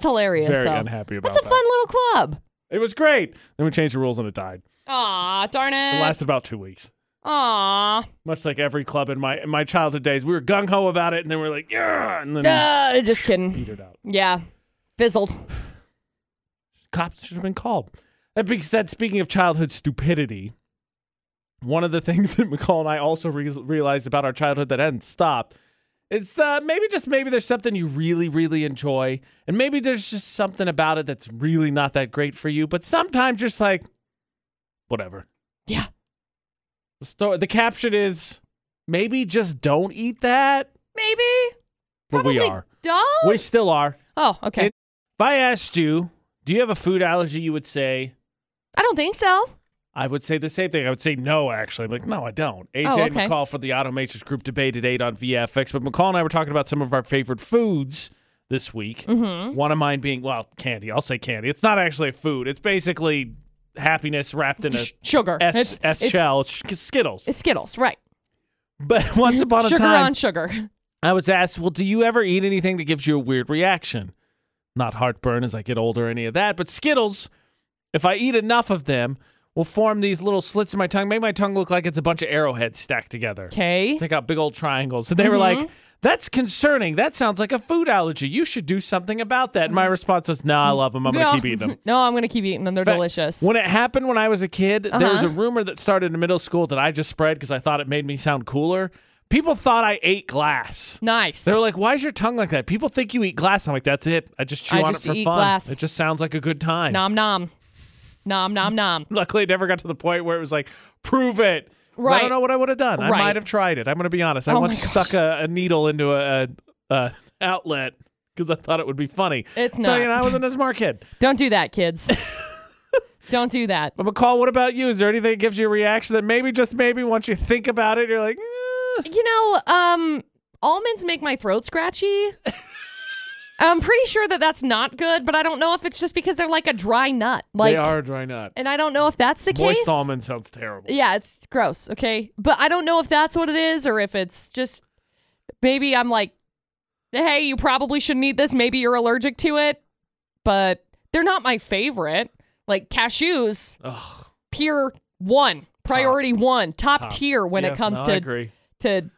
B: hilarious.
A: Very
B: though.
A: unhappy about
B: That's a
A: that.
B: fun little club.
A: It was great. Then we changed the rules and it died.
B: Aw, darn
A: It
B: it.
A: lasted about two weeks.
B: Aw.
A: Much like every club in my in my childhood days, we were gung ho about it, and then we are like, yeah, and then
B: Uh, just kidding.
A: petered out.
B: Yeah. Fizzled.
A: Cops should have been called. That being said, speaking of childhood stupidity, one of the things that McCall and I also re- realized about our childhood that hadn't stopped is uh, maybe just maybe there's something you really really enjoy, and maybe there's just something about it that's really not that great for you. But sometimes just like, whatever.
B: Yeah.
A: The, sto- the caption is maybe just don't eat that,
B: Maybe.
A: but we
B: Probably
A: are.
B: Don't.
A: We still are.
B: oh, okay.
A: It- If I asked you, do you have a food allergy? You would say,
B: I don't think so.
A: I would say the same thing. I would say no, actually. I'm like, no, I don't. AJ
B: Oh,
A: and
B: okay.
A: McCall for the Automatrix Group debate at 8 on VFX. But McCall and I were talking about some of our favorite foods this week.
B: Mm-hmm.
A: One of mine being, well, candy. I'll say candy. It's not actually a food, it's basically happiness wrapped in a
B: Sugar.
A: S,
B: It's-
A: S
B: it's-
A: shell. It's sh- Skittles.
B: It's Skittles, right.
A: but once upon a
B: sugar
A: time,
B: on sugar.
A: I was asked, well, do you ever eat anything that gives you a weird reaction? Not heartburn as I get older or any of that, but Skittles, if I eat enough of them, will form these little slits in my tongue, make my tongue look like it's a bunch of arrowheads stacked together.
B: Okay. Mm-hmm.
A: Take out big old triangles. And they were like, that's concerning. That sounds like a food allergy. You should do something about that. And
B: Mm-hmm.
A: my response was, nah, I love them. I'm going to keep eating them.
B: No, I'm gonna keep eating them. They're
A: fact,
B: delicious. Uh-huh.
A: When it happened when I was a kid, there was a rumor that started in middle school that I just spread because I thought it made me sound cooler. People thought I ate glass.
B: nice.
A: They're like, why is your tongue like that? People think you eat glass. I'm like, that's it. I just chew
B: I
A: on
B: just
A: it for
B: eat
A: fun.
B: glass.
A: It just sounds like a good time.
B: nom nom. Nom nom nom.
A: Luckily, it never got to the point where it was like, prove it. 'Cause I
B: Right.
A: don't know what I would have done. I
B: Right.
A: might have tried it. I'm going to be honest. I
B: Oh my
A: once
B: gosh.
A: stuck a, a needle into a, a, a outlet because I thought it would be funny.
B: It's
A: so,
B: not.
A: you know, I wasn't a smart kid.
B: Don't do that, kids. Don't do that.
A: But McCall, what about you? Is there anything that gives you a reaction that maybe, just maybe, once you think about it, you're like, eh.
B: You know, um, almonds make my throat scratchy. I'm pretty sure that that's not good, but I don't know if it's just because they're like a dry nut. Like,
A: they are dry nut.
B: and I don't know if that's the
A: Moist
B: case.
A: almond sounds terrible.
B: Yeah, it's gross. Okay, but I don't know if that's what it is or if it's just maybe I'm like, hey, you probably shouldn't eat this. Maybe you're allergic to it, but they're not my favorite. Like cashews,
A: Ugh,
B: pure one, priority one, top,
A: Top.
B: tier when
A: Yeah,
B: it comes
A: no, I
B: to
A: agree.
B: to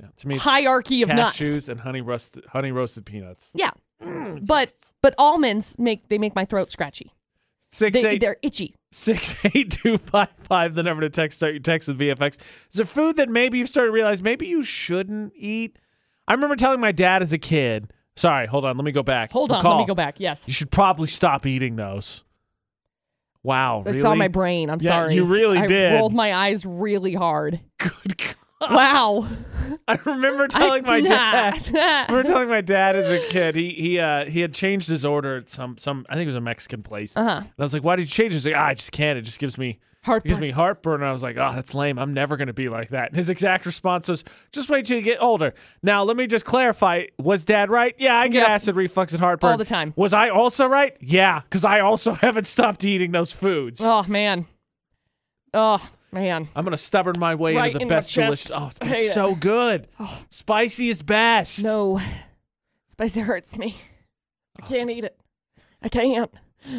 A: Yeah, to me, it's
B: hierarchy of
A: cashews
B: nuts.
A: and honey roasted honey roasted peanuts.
B: Yeah,
A: Mm,
B: but but almonds make they make my throat scratchy.
A: Six
B: They,
A: eight
B: they're itchy.
A: six eight two five five. The number to text. Start your text with VFX. Is there food that maybe you've started to realize maybe you shouldn't eat? I remember telling my dad as a kid. Sorry, hold on. Let me go back.
B: Hold on, let me
A: Recall.
B: go back. Yes,
A: You should probably stop eating those. Wow,
B: I
A: really?
B: saw my brain. I'm
A: Yeah,
B: sorry.
A: you really
B: I
A: did.
B: Rolled my eyes really hard.
A: Good God.
B: Wow.
A: I remember telling my dad. I remember telling my dad as a kid, he he uh, he had changed his order at some some I think it was a Mexican place.
B: Uh-huh.
A: And I was like, why did you change? it?" He's like, ah, I just can't. It just gives me it gives
B: Heartburn.
A: me heartburn. And I was like, oh, that's lame. I'm never gonna be like that. And his exact response was, just wait till you get older. Now let me just clarify. Was dad right? Yeah, I get
B: Yep.
A: acid reflux and heartburn.
B: All the time.
A: Was I also right? Yeah, because I also haven't stopped eating those foods.
B: Oh man. Oh man.
A: I'm gonna stubborn my way
B: Right
A: into the
B: in my
A: best delicious.
B: chest.
A: Oh, it's
B: I hate
A: been so good. Spicy is best.
B: No. Spicy hurts me. I can't eat it. I can't.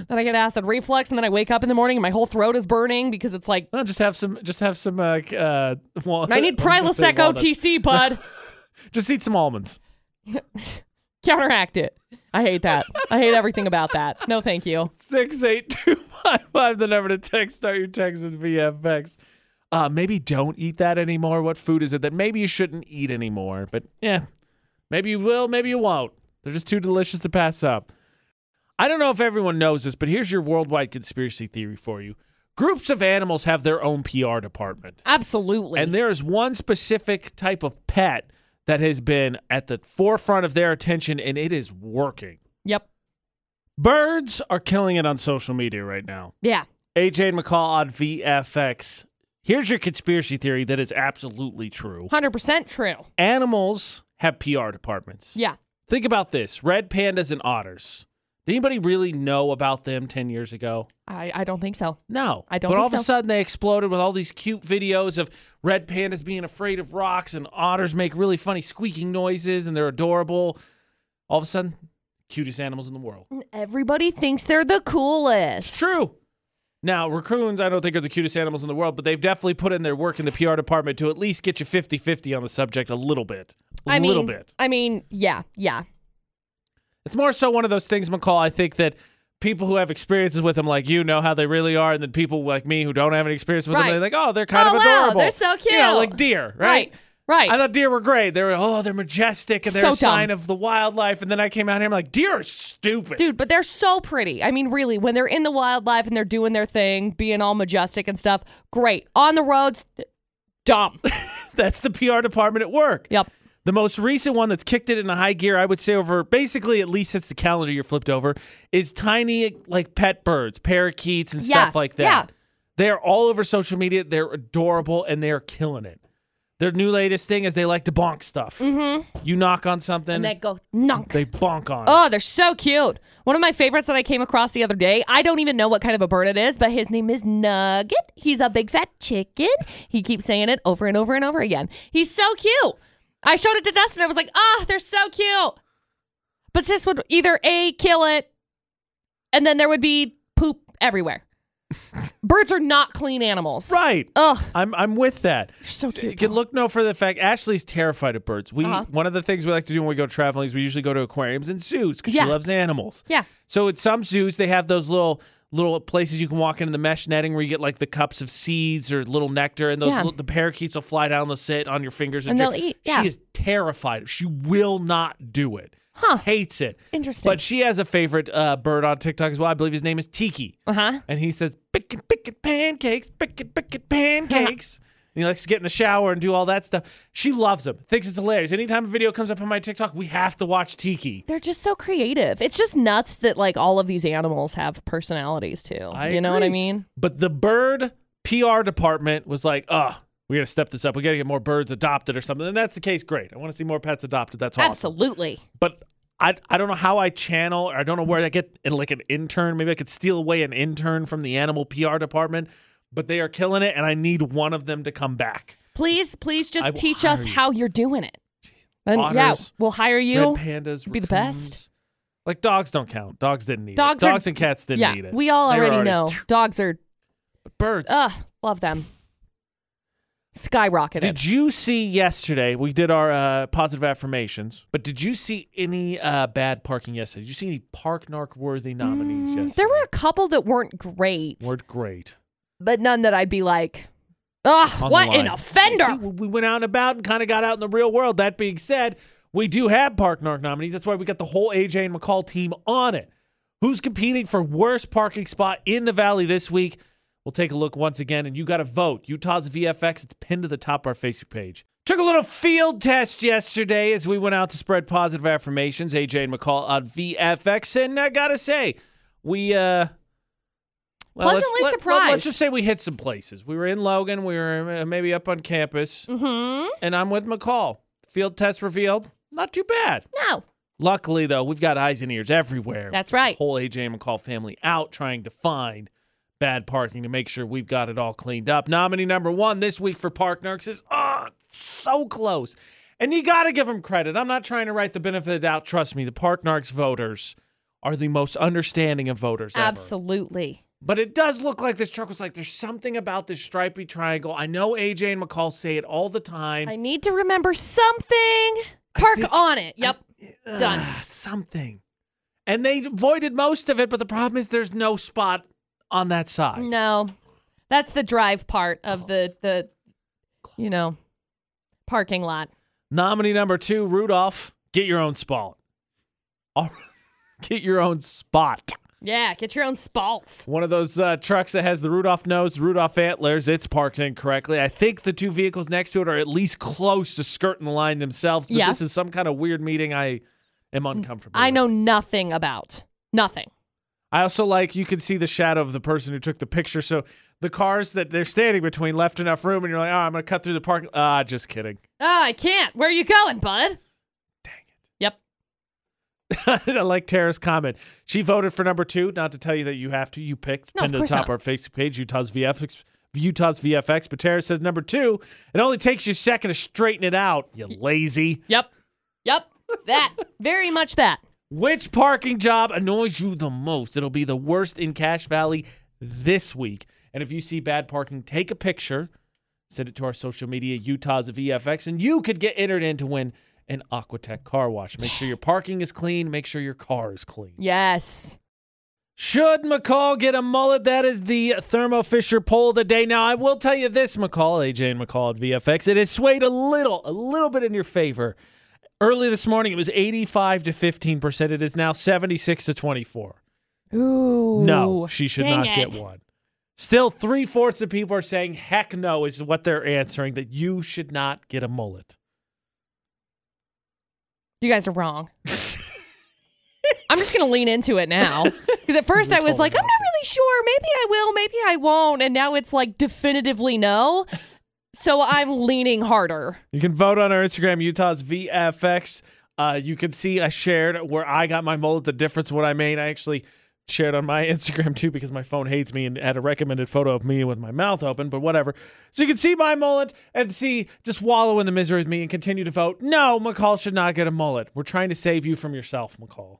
B: Then I get acid reflux, and then I wake up in the morning, and my whole throat is burning because it's like
A: No, just have some. Just have some. Uh, c- uh, wal-
B: I need
A: I was gonna say
B: Prilosec
A: walnuts.
B: OTC, bud.
A: Just eat some almonds.
B: Counteract it. I hate that. I hate everything about that. No, thank you.
A: Six eight two five five. The number to text. Start your text with VFX. uh, maybe don't eat that anymore. What food is it that maybe you shouldn't eat anymore? But yeah, maybe you will, maybe you won't. They're just too delicious to pass up. I don't know if everyone knows this, but here's your worldwide conspiracy theory for you. Groups of animals have their own PR department.
B: Absolutely.
A: And there is one specific type of pet that has been at the forefront of their attention, and it is working.
B: yep.
A: Birds are killing it on social media right now.
B: Yeah.
A: AJ and McCall on VFX. Here's your conspiracy theory that is absolutely true.
B: 100% true.
A: Animals have PR departments.
B: Yeah.
A: Think about this red pandas and otters. Did anybody really know about them 10 years ago?
B: I, I don't think so.
A: No.
B: I don't
A: But
B: think
A: all of
B: so.
A: a sudden they exploded with all these cute videos of red pandas being afraid of rocks and otters make really funny squeaking noises and they're adorable. All of a sudden, cutest animals in the world.
B: Everybody thinks they're the coolest.
A: It's true. Now, raccoons, I don't think are the cutest animals in the world, but they've definitely put in their work in the PR department to at least get you 50 50 on the subject a little bit. A
B: I mean,
A: little bit.
B: I mean, yeah, yeah.
A: It's more so one of those things, McCall, I think that people who have experiences with them, like you, know how they really are. And then people like me who don't have any experience with
B: Right.
A: them, they're like, oh, they're kind
B: Oh,
A: of
B: wow,
A: adorable.
B: they're so
A: You know,
B: cute.
A: like deer, right?
B: Right.
A: I thought deer were great. They were, oh, they're majestic and they're
B: So
A: a
B: dumb.
A: sign of the wildlife. And then I came out here, I'm like, deer are stupid.
B: Dude, but they're so pretty. I mean, really, when they're in the wildlife and they're doing their thing, being all majestic and stuff, great. On the roads, dumb.
A: That's the PR department at work.
B: yep.
A: The most recent one that's kicked it into high gear, I would say, over basically at least since the calendar year flipped over, is tiny like pet birds, parakeets, and
B: Yeah,
A: stuff like that.
B: yeah.
A: They are all over social media. They're adorable and they are killing it. Their new latest thing is they like to bonk stuff. Mm-hmm. You knock on something,
B: And they
A: they,
B: go, nunk.
A: bonk on. it.
B: Oh, they're so cute. One of my favorites that I came across the other day, I don't even know what kind of a bird it is, but his name is Nugget. He's a big fat chicken. He keeps saying it over and over and over again. He's so cute. I showed it to Dustin. I was like, ah, they're so cute. But sis would either A, kill it, and then there would be poop everywhere. Birds are not clean animals.
A: Right.
B: Ugh,
A: I'm I'm with that.
B: they're so
A: You
B: cute.
A: can look no further than the fact Ashley's terrified of birds. We
B: Uh-huh.
A: one of the things we like to do when we go traveling is we usually go to aquariums and zoos because
B: Yeah.
A: she loves animals.
B: Yeah.
A: So at some zoos they have those little little places you can walk into the mesh netting where you get like the cups of seeds or little nectar and those
B: Yeah.
A: little, the parakeets will fly down they'll sit on your fingers and,
B: And they'll
A: drink.
B: eat, yeah.
A: She is terrified. She will not do it.
B: Huh.
A: Hates it.
B: Interesting.
A: But she has a favorite uh, bird on TikTok as well. I believe his name is Tiki
B: Uh huh.
A: and he says pickin' pickin' pancakes, pickin' pickin' pancakes. and he likes to get in the shower and do all that stuff. She loves him, thinks it's hilarious. Anytime a video comes up on my TikTok, we have to watch Tiki.
B: They're just so creative. It's just nuts that like all of these animals have personalities too.
A: I
B: you know what I
A: agree.
B: mean?
A: But the bird PR department was like, "Ugh, we gotta step this up. We gotta get more birds adopted or something." And that's the case. Great, I want to see more pets adopted. That's awesome.
B: Absolutely.
A: But I I don't know how I channel. Or I don't know where I get like an intern. Maybe I could steal away an intern from the animal PR department. But they are killing it, and I need one of them to come back.
B: Please, please just
A: I will
B: teach us
A: hire you.
B: how you're doing it. And yeah,
A: Otters,
B: we'll hire
A: Red
B: you.
A: pandas
B: be the best.
A: raccoons. Like dogs don't count. Dogs didn't need
B: Dogs
A: it.
B: are-
A: Dogs and cats didn't
B: Yeah,
A: need it.
B: we all
A: They were
B: already know dogs are
A: But birds.
B: ugh, love them. Skyrocketed.
A: did you see yesterday? We did our uh, positive affirmations, but did you see any uh, bad parking yesterday? Did you see any park narc worthy nominees yesterday?
B: Mm, there were a couple that weren't great,
A: Word great.
B: but none that I'd be like, ugh,
A: On
B: what
A: the
B: an
A: line.
B: offender.
A: See, we went out and about and kind of got out in the real world. That being said, we do have park narc nominees. That's why we got the whole AJ and McCall team on it. Who's competing for worst parking spot in the valley this week? We'll take a look once again, and you got to vote. Utah's VFX. It's pinned to the top of our Facebook page. Took a little field test yesterday as we went out to spread positive affirmations. AJ and McCall on VFX, and I gotta say, we uh, well, let's-
B: Pleasantly
A: let- let-
B: surprised.
A: let's just say we hit some places. We were in Logan. We were uh, maybe up on campus,
B: mm-hmm.
A: and I'm with McCall. Field test revealed. Not too bad.
B: No.
A: Luckily, though, we've got eyes and ears everywhere.
B: That's right.
A: The whole AJ and McCall family out trying to find bad parking to make sure we've got it all cleaned up. Nominee number one this week for Park Narcs is, oh, so close. And you got to give them credit. I'm not trying to write the benefit of the doubt. Trust me, the Park Narcs voters are the most understanding of voters ever.
B: Absolutely.
A: But it does look like this truck was like, there's something about this stripy triangle. I know AJ and McCall say it all the time.
B: I need to remember something. Park
A: think-
B: on it. Yep. Done.
A: Ugh, ah, something. And they avoided most of it, but the problem is there's no spot on that side.
B: No. That's the drive part of the the you know parking lot.
A: Nominee number two, Rudolph. Get your own spot. All- Get your own spot.
B: Yeah, get your own spalts.
A: One of those uh, trucks that has the Rudolph nose, Rudolph antlers. It's parked incorrectly. I think the two vehicles next to it are at least close to skirting the line themselves. But
B: Yeah.
A: this is some kind of weird meeting. I am uncomfortable.
B: I know
A: with.
B: nothing about nothing.
A: I also like you can see the shadow of the person who took the picture. So the cars that they're standing between left enough room, and you're like, oh, I'm gonna cut through the parking. Ah, just kidding.
B: Oh, I can't. Where are you going, bud?
A: Dang it.
B: Yep.
A: I like Tara's comment. She voted for number two. Not to tell you that you have to. You picked
B: No,
A: pinned to
B: of
A: the
B: course
A: top of
B: not.
A: our Facebook page, Utah's VFX. Utah's VFX. But Tara says number two. It only takes you a second to straighten it out. You lazy.
B: Yep. Yep. That. Very much that.
A: Which parking job annoys you the most? It'll be the worst in Cache Valley this week. And if you see bad parking, take a picture, send it to our social media, Utah's VFX, and you could get entered in to win an Aquatech car wash. Make sure your parking is clean. Make sure your car is clean.
B: Yes.
A: Should McCall get a mullet? That is the Thermo Fisher poll of the day. Now, I will tell you this, McCall, AJ and McCall at VFX, it has swayed a little, a little bit in your favor. Early this morning, it was 85 to 15%. It is now 76 to 24.
B: Ooh.
A: No, she should
B: Dang
A: not get
B: it.
A: one. Still, three fourths of people are saying heck no is what they're answering, that you should not get a mullet.
B: You guys are wrong. I'm just gonna lean into it now because at first I was
A: told
B: like,
A: not
B: I'm not really sure. Maybe I will. Maybe I won't. And now it's like definitively no. So I'm leaning harder.
A: You can vote on our Instagram, Utah's VFX. Uh, you can see I shared where I got my mullet, the difference what I made. I actually shared on my Instagram too because my phone hates me and had a recommended photo of me with my mouth open, but whatever. So you can see my mullet and see just wallow in the misery with me and continue to vote. No, McCall should not get a mullet. We're trying to save you from yourself, McCall.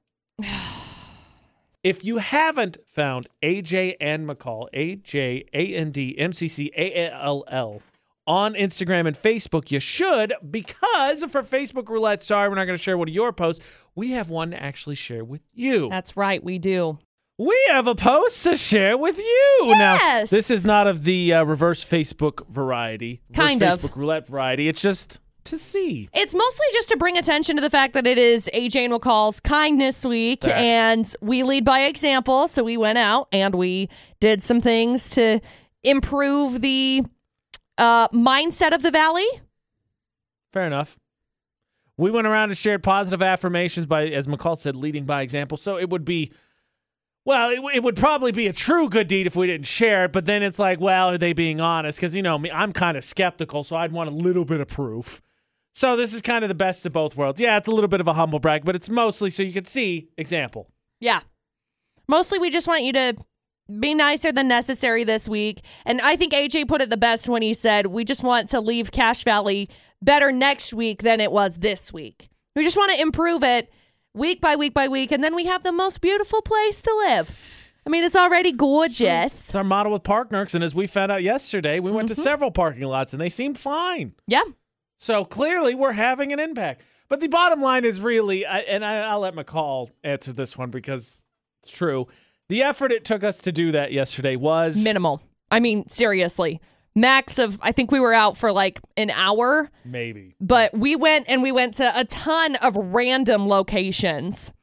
A: If you haven't found AJ and McCall, A J A N D M C C A L L, on Instagram and Facebook, you should because for Facebook Roulette, sorry, we're not going to share one of your posts. We have one to actually share with you.
B: That's right. We do.
A: We have a post to share with you.
B: Yes.
A: Now, this is not of the uh, reverse Facebook variety, reverse
B: Kind of.
A: Facebook Roulette variety. It's just to see.
B: It's mostly just to bring attention to the fact that it is AJ and McCall's Kindness Week,
A: Facts.
B: and we lead by example. So we went out and we did some things to improve the uh, mindset of the valley.
A: Fair enough. We went around and shared positive affirmations by, as McCall said, leading by example. So it would be, well, it, w- it would probably be a true good deed if we didn't share it. But then it's like, well, are they being honest? Because, you know, me, I'm kind of skeptical. So I'd want a little bit of proof. So this is kind of the best of both worlds. Yeah, it's a little bit of a humble brag, but it's mostly so you could see example.
B: Yeah. Mostly we just want you to be nicer than necessary this week. And I think AJ put it the best when he said, we just want to leave Cash Valley better next week than it was this week. We just want to improve it week by week by week. And then we have the most beautiful place to live. I mean, it's already gorgeous.
A: It's our model with Parknerks. And as we found out yesterday, we went to several parking lots and they seemed fine.
B: Yeah.
A: So clearly, we're having an impact. But the bottom line is really, I, and I, I'll let McCall answer this one because it's true. The effort it took us to do that yesterday was
B: Minimal. I mean, seriously. Max of, I think we were out for like an hour.
A: maybe.
B: But we went and we went to a ton of random locations.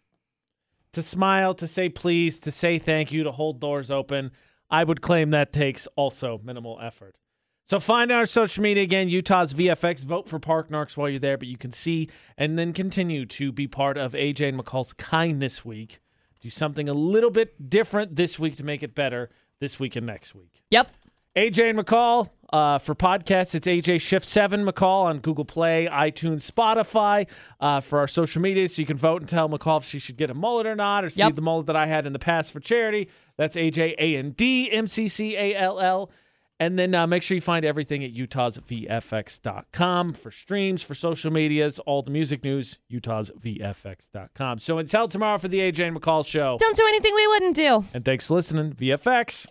A: To smile, to say please, to say thank you, to hold doors open. I would claim that takes also minimal effort. So find our social media again, Utah's VFX. Vote for Park Narks while you're there, but you can see and then continue to be part of AJ and McCall's Kindness Week. Do something a little bit different this week to make it better this week and next week.
B: Yep.
A: AJ and McCall uh, for podcasts. It's AJ Shift Seven McCall on Google Play, iTunes, Spotify uh, for our social media, so you can vote and tell McCall if she should get a mullet or not, or see
B: Yep.
A: the mullet that I had in the past for charity. That's AJ A N D M C C A L L. And then uh, make sure you find everything at utahsvfx.com for streams, for social medias, all the music news, utahsvfx.com. So until tomorrow for the AJ and McCall show.
B: Don't do anything we wouldn't do.
A: And thanks for listening, VFX.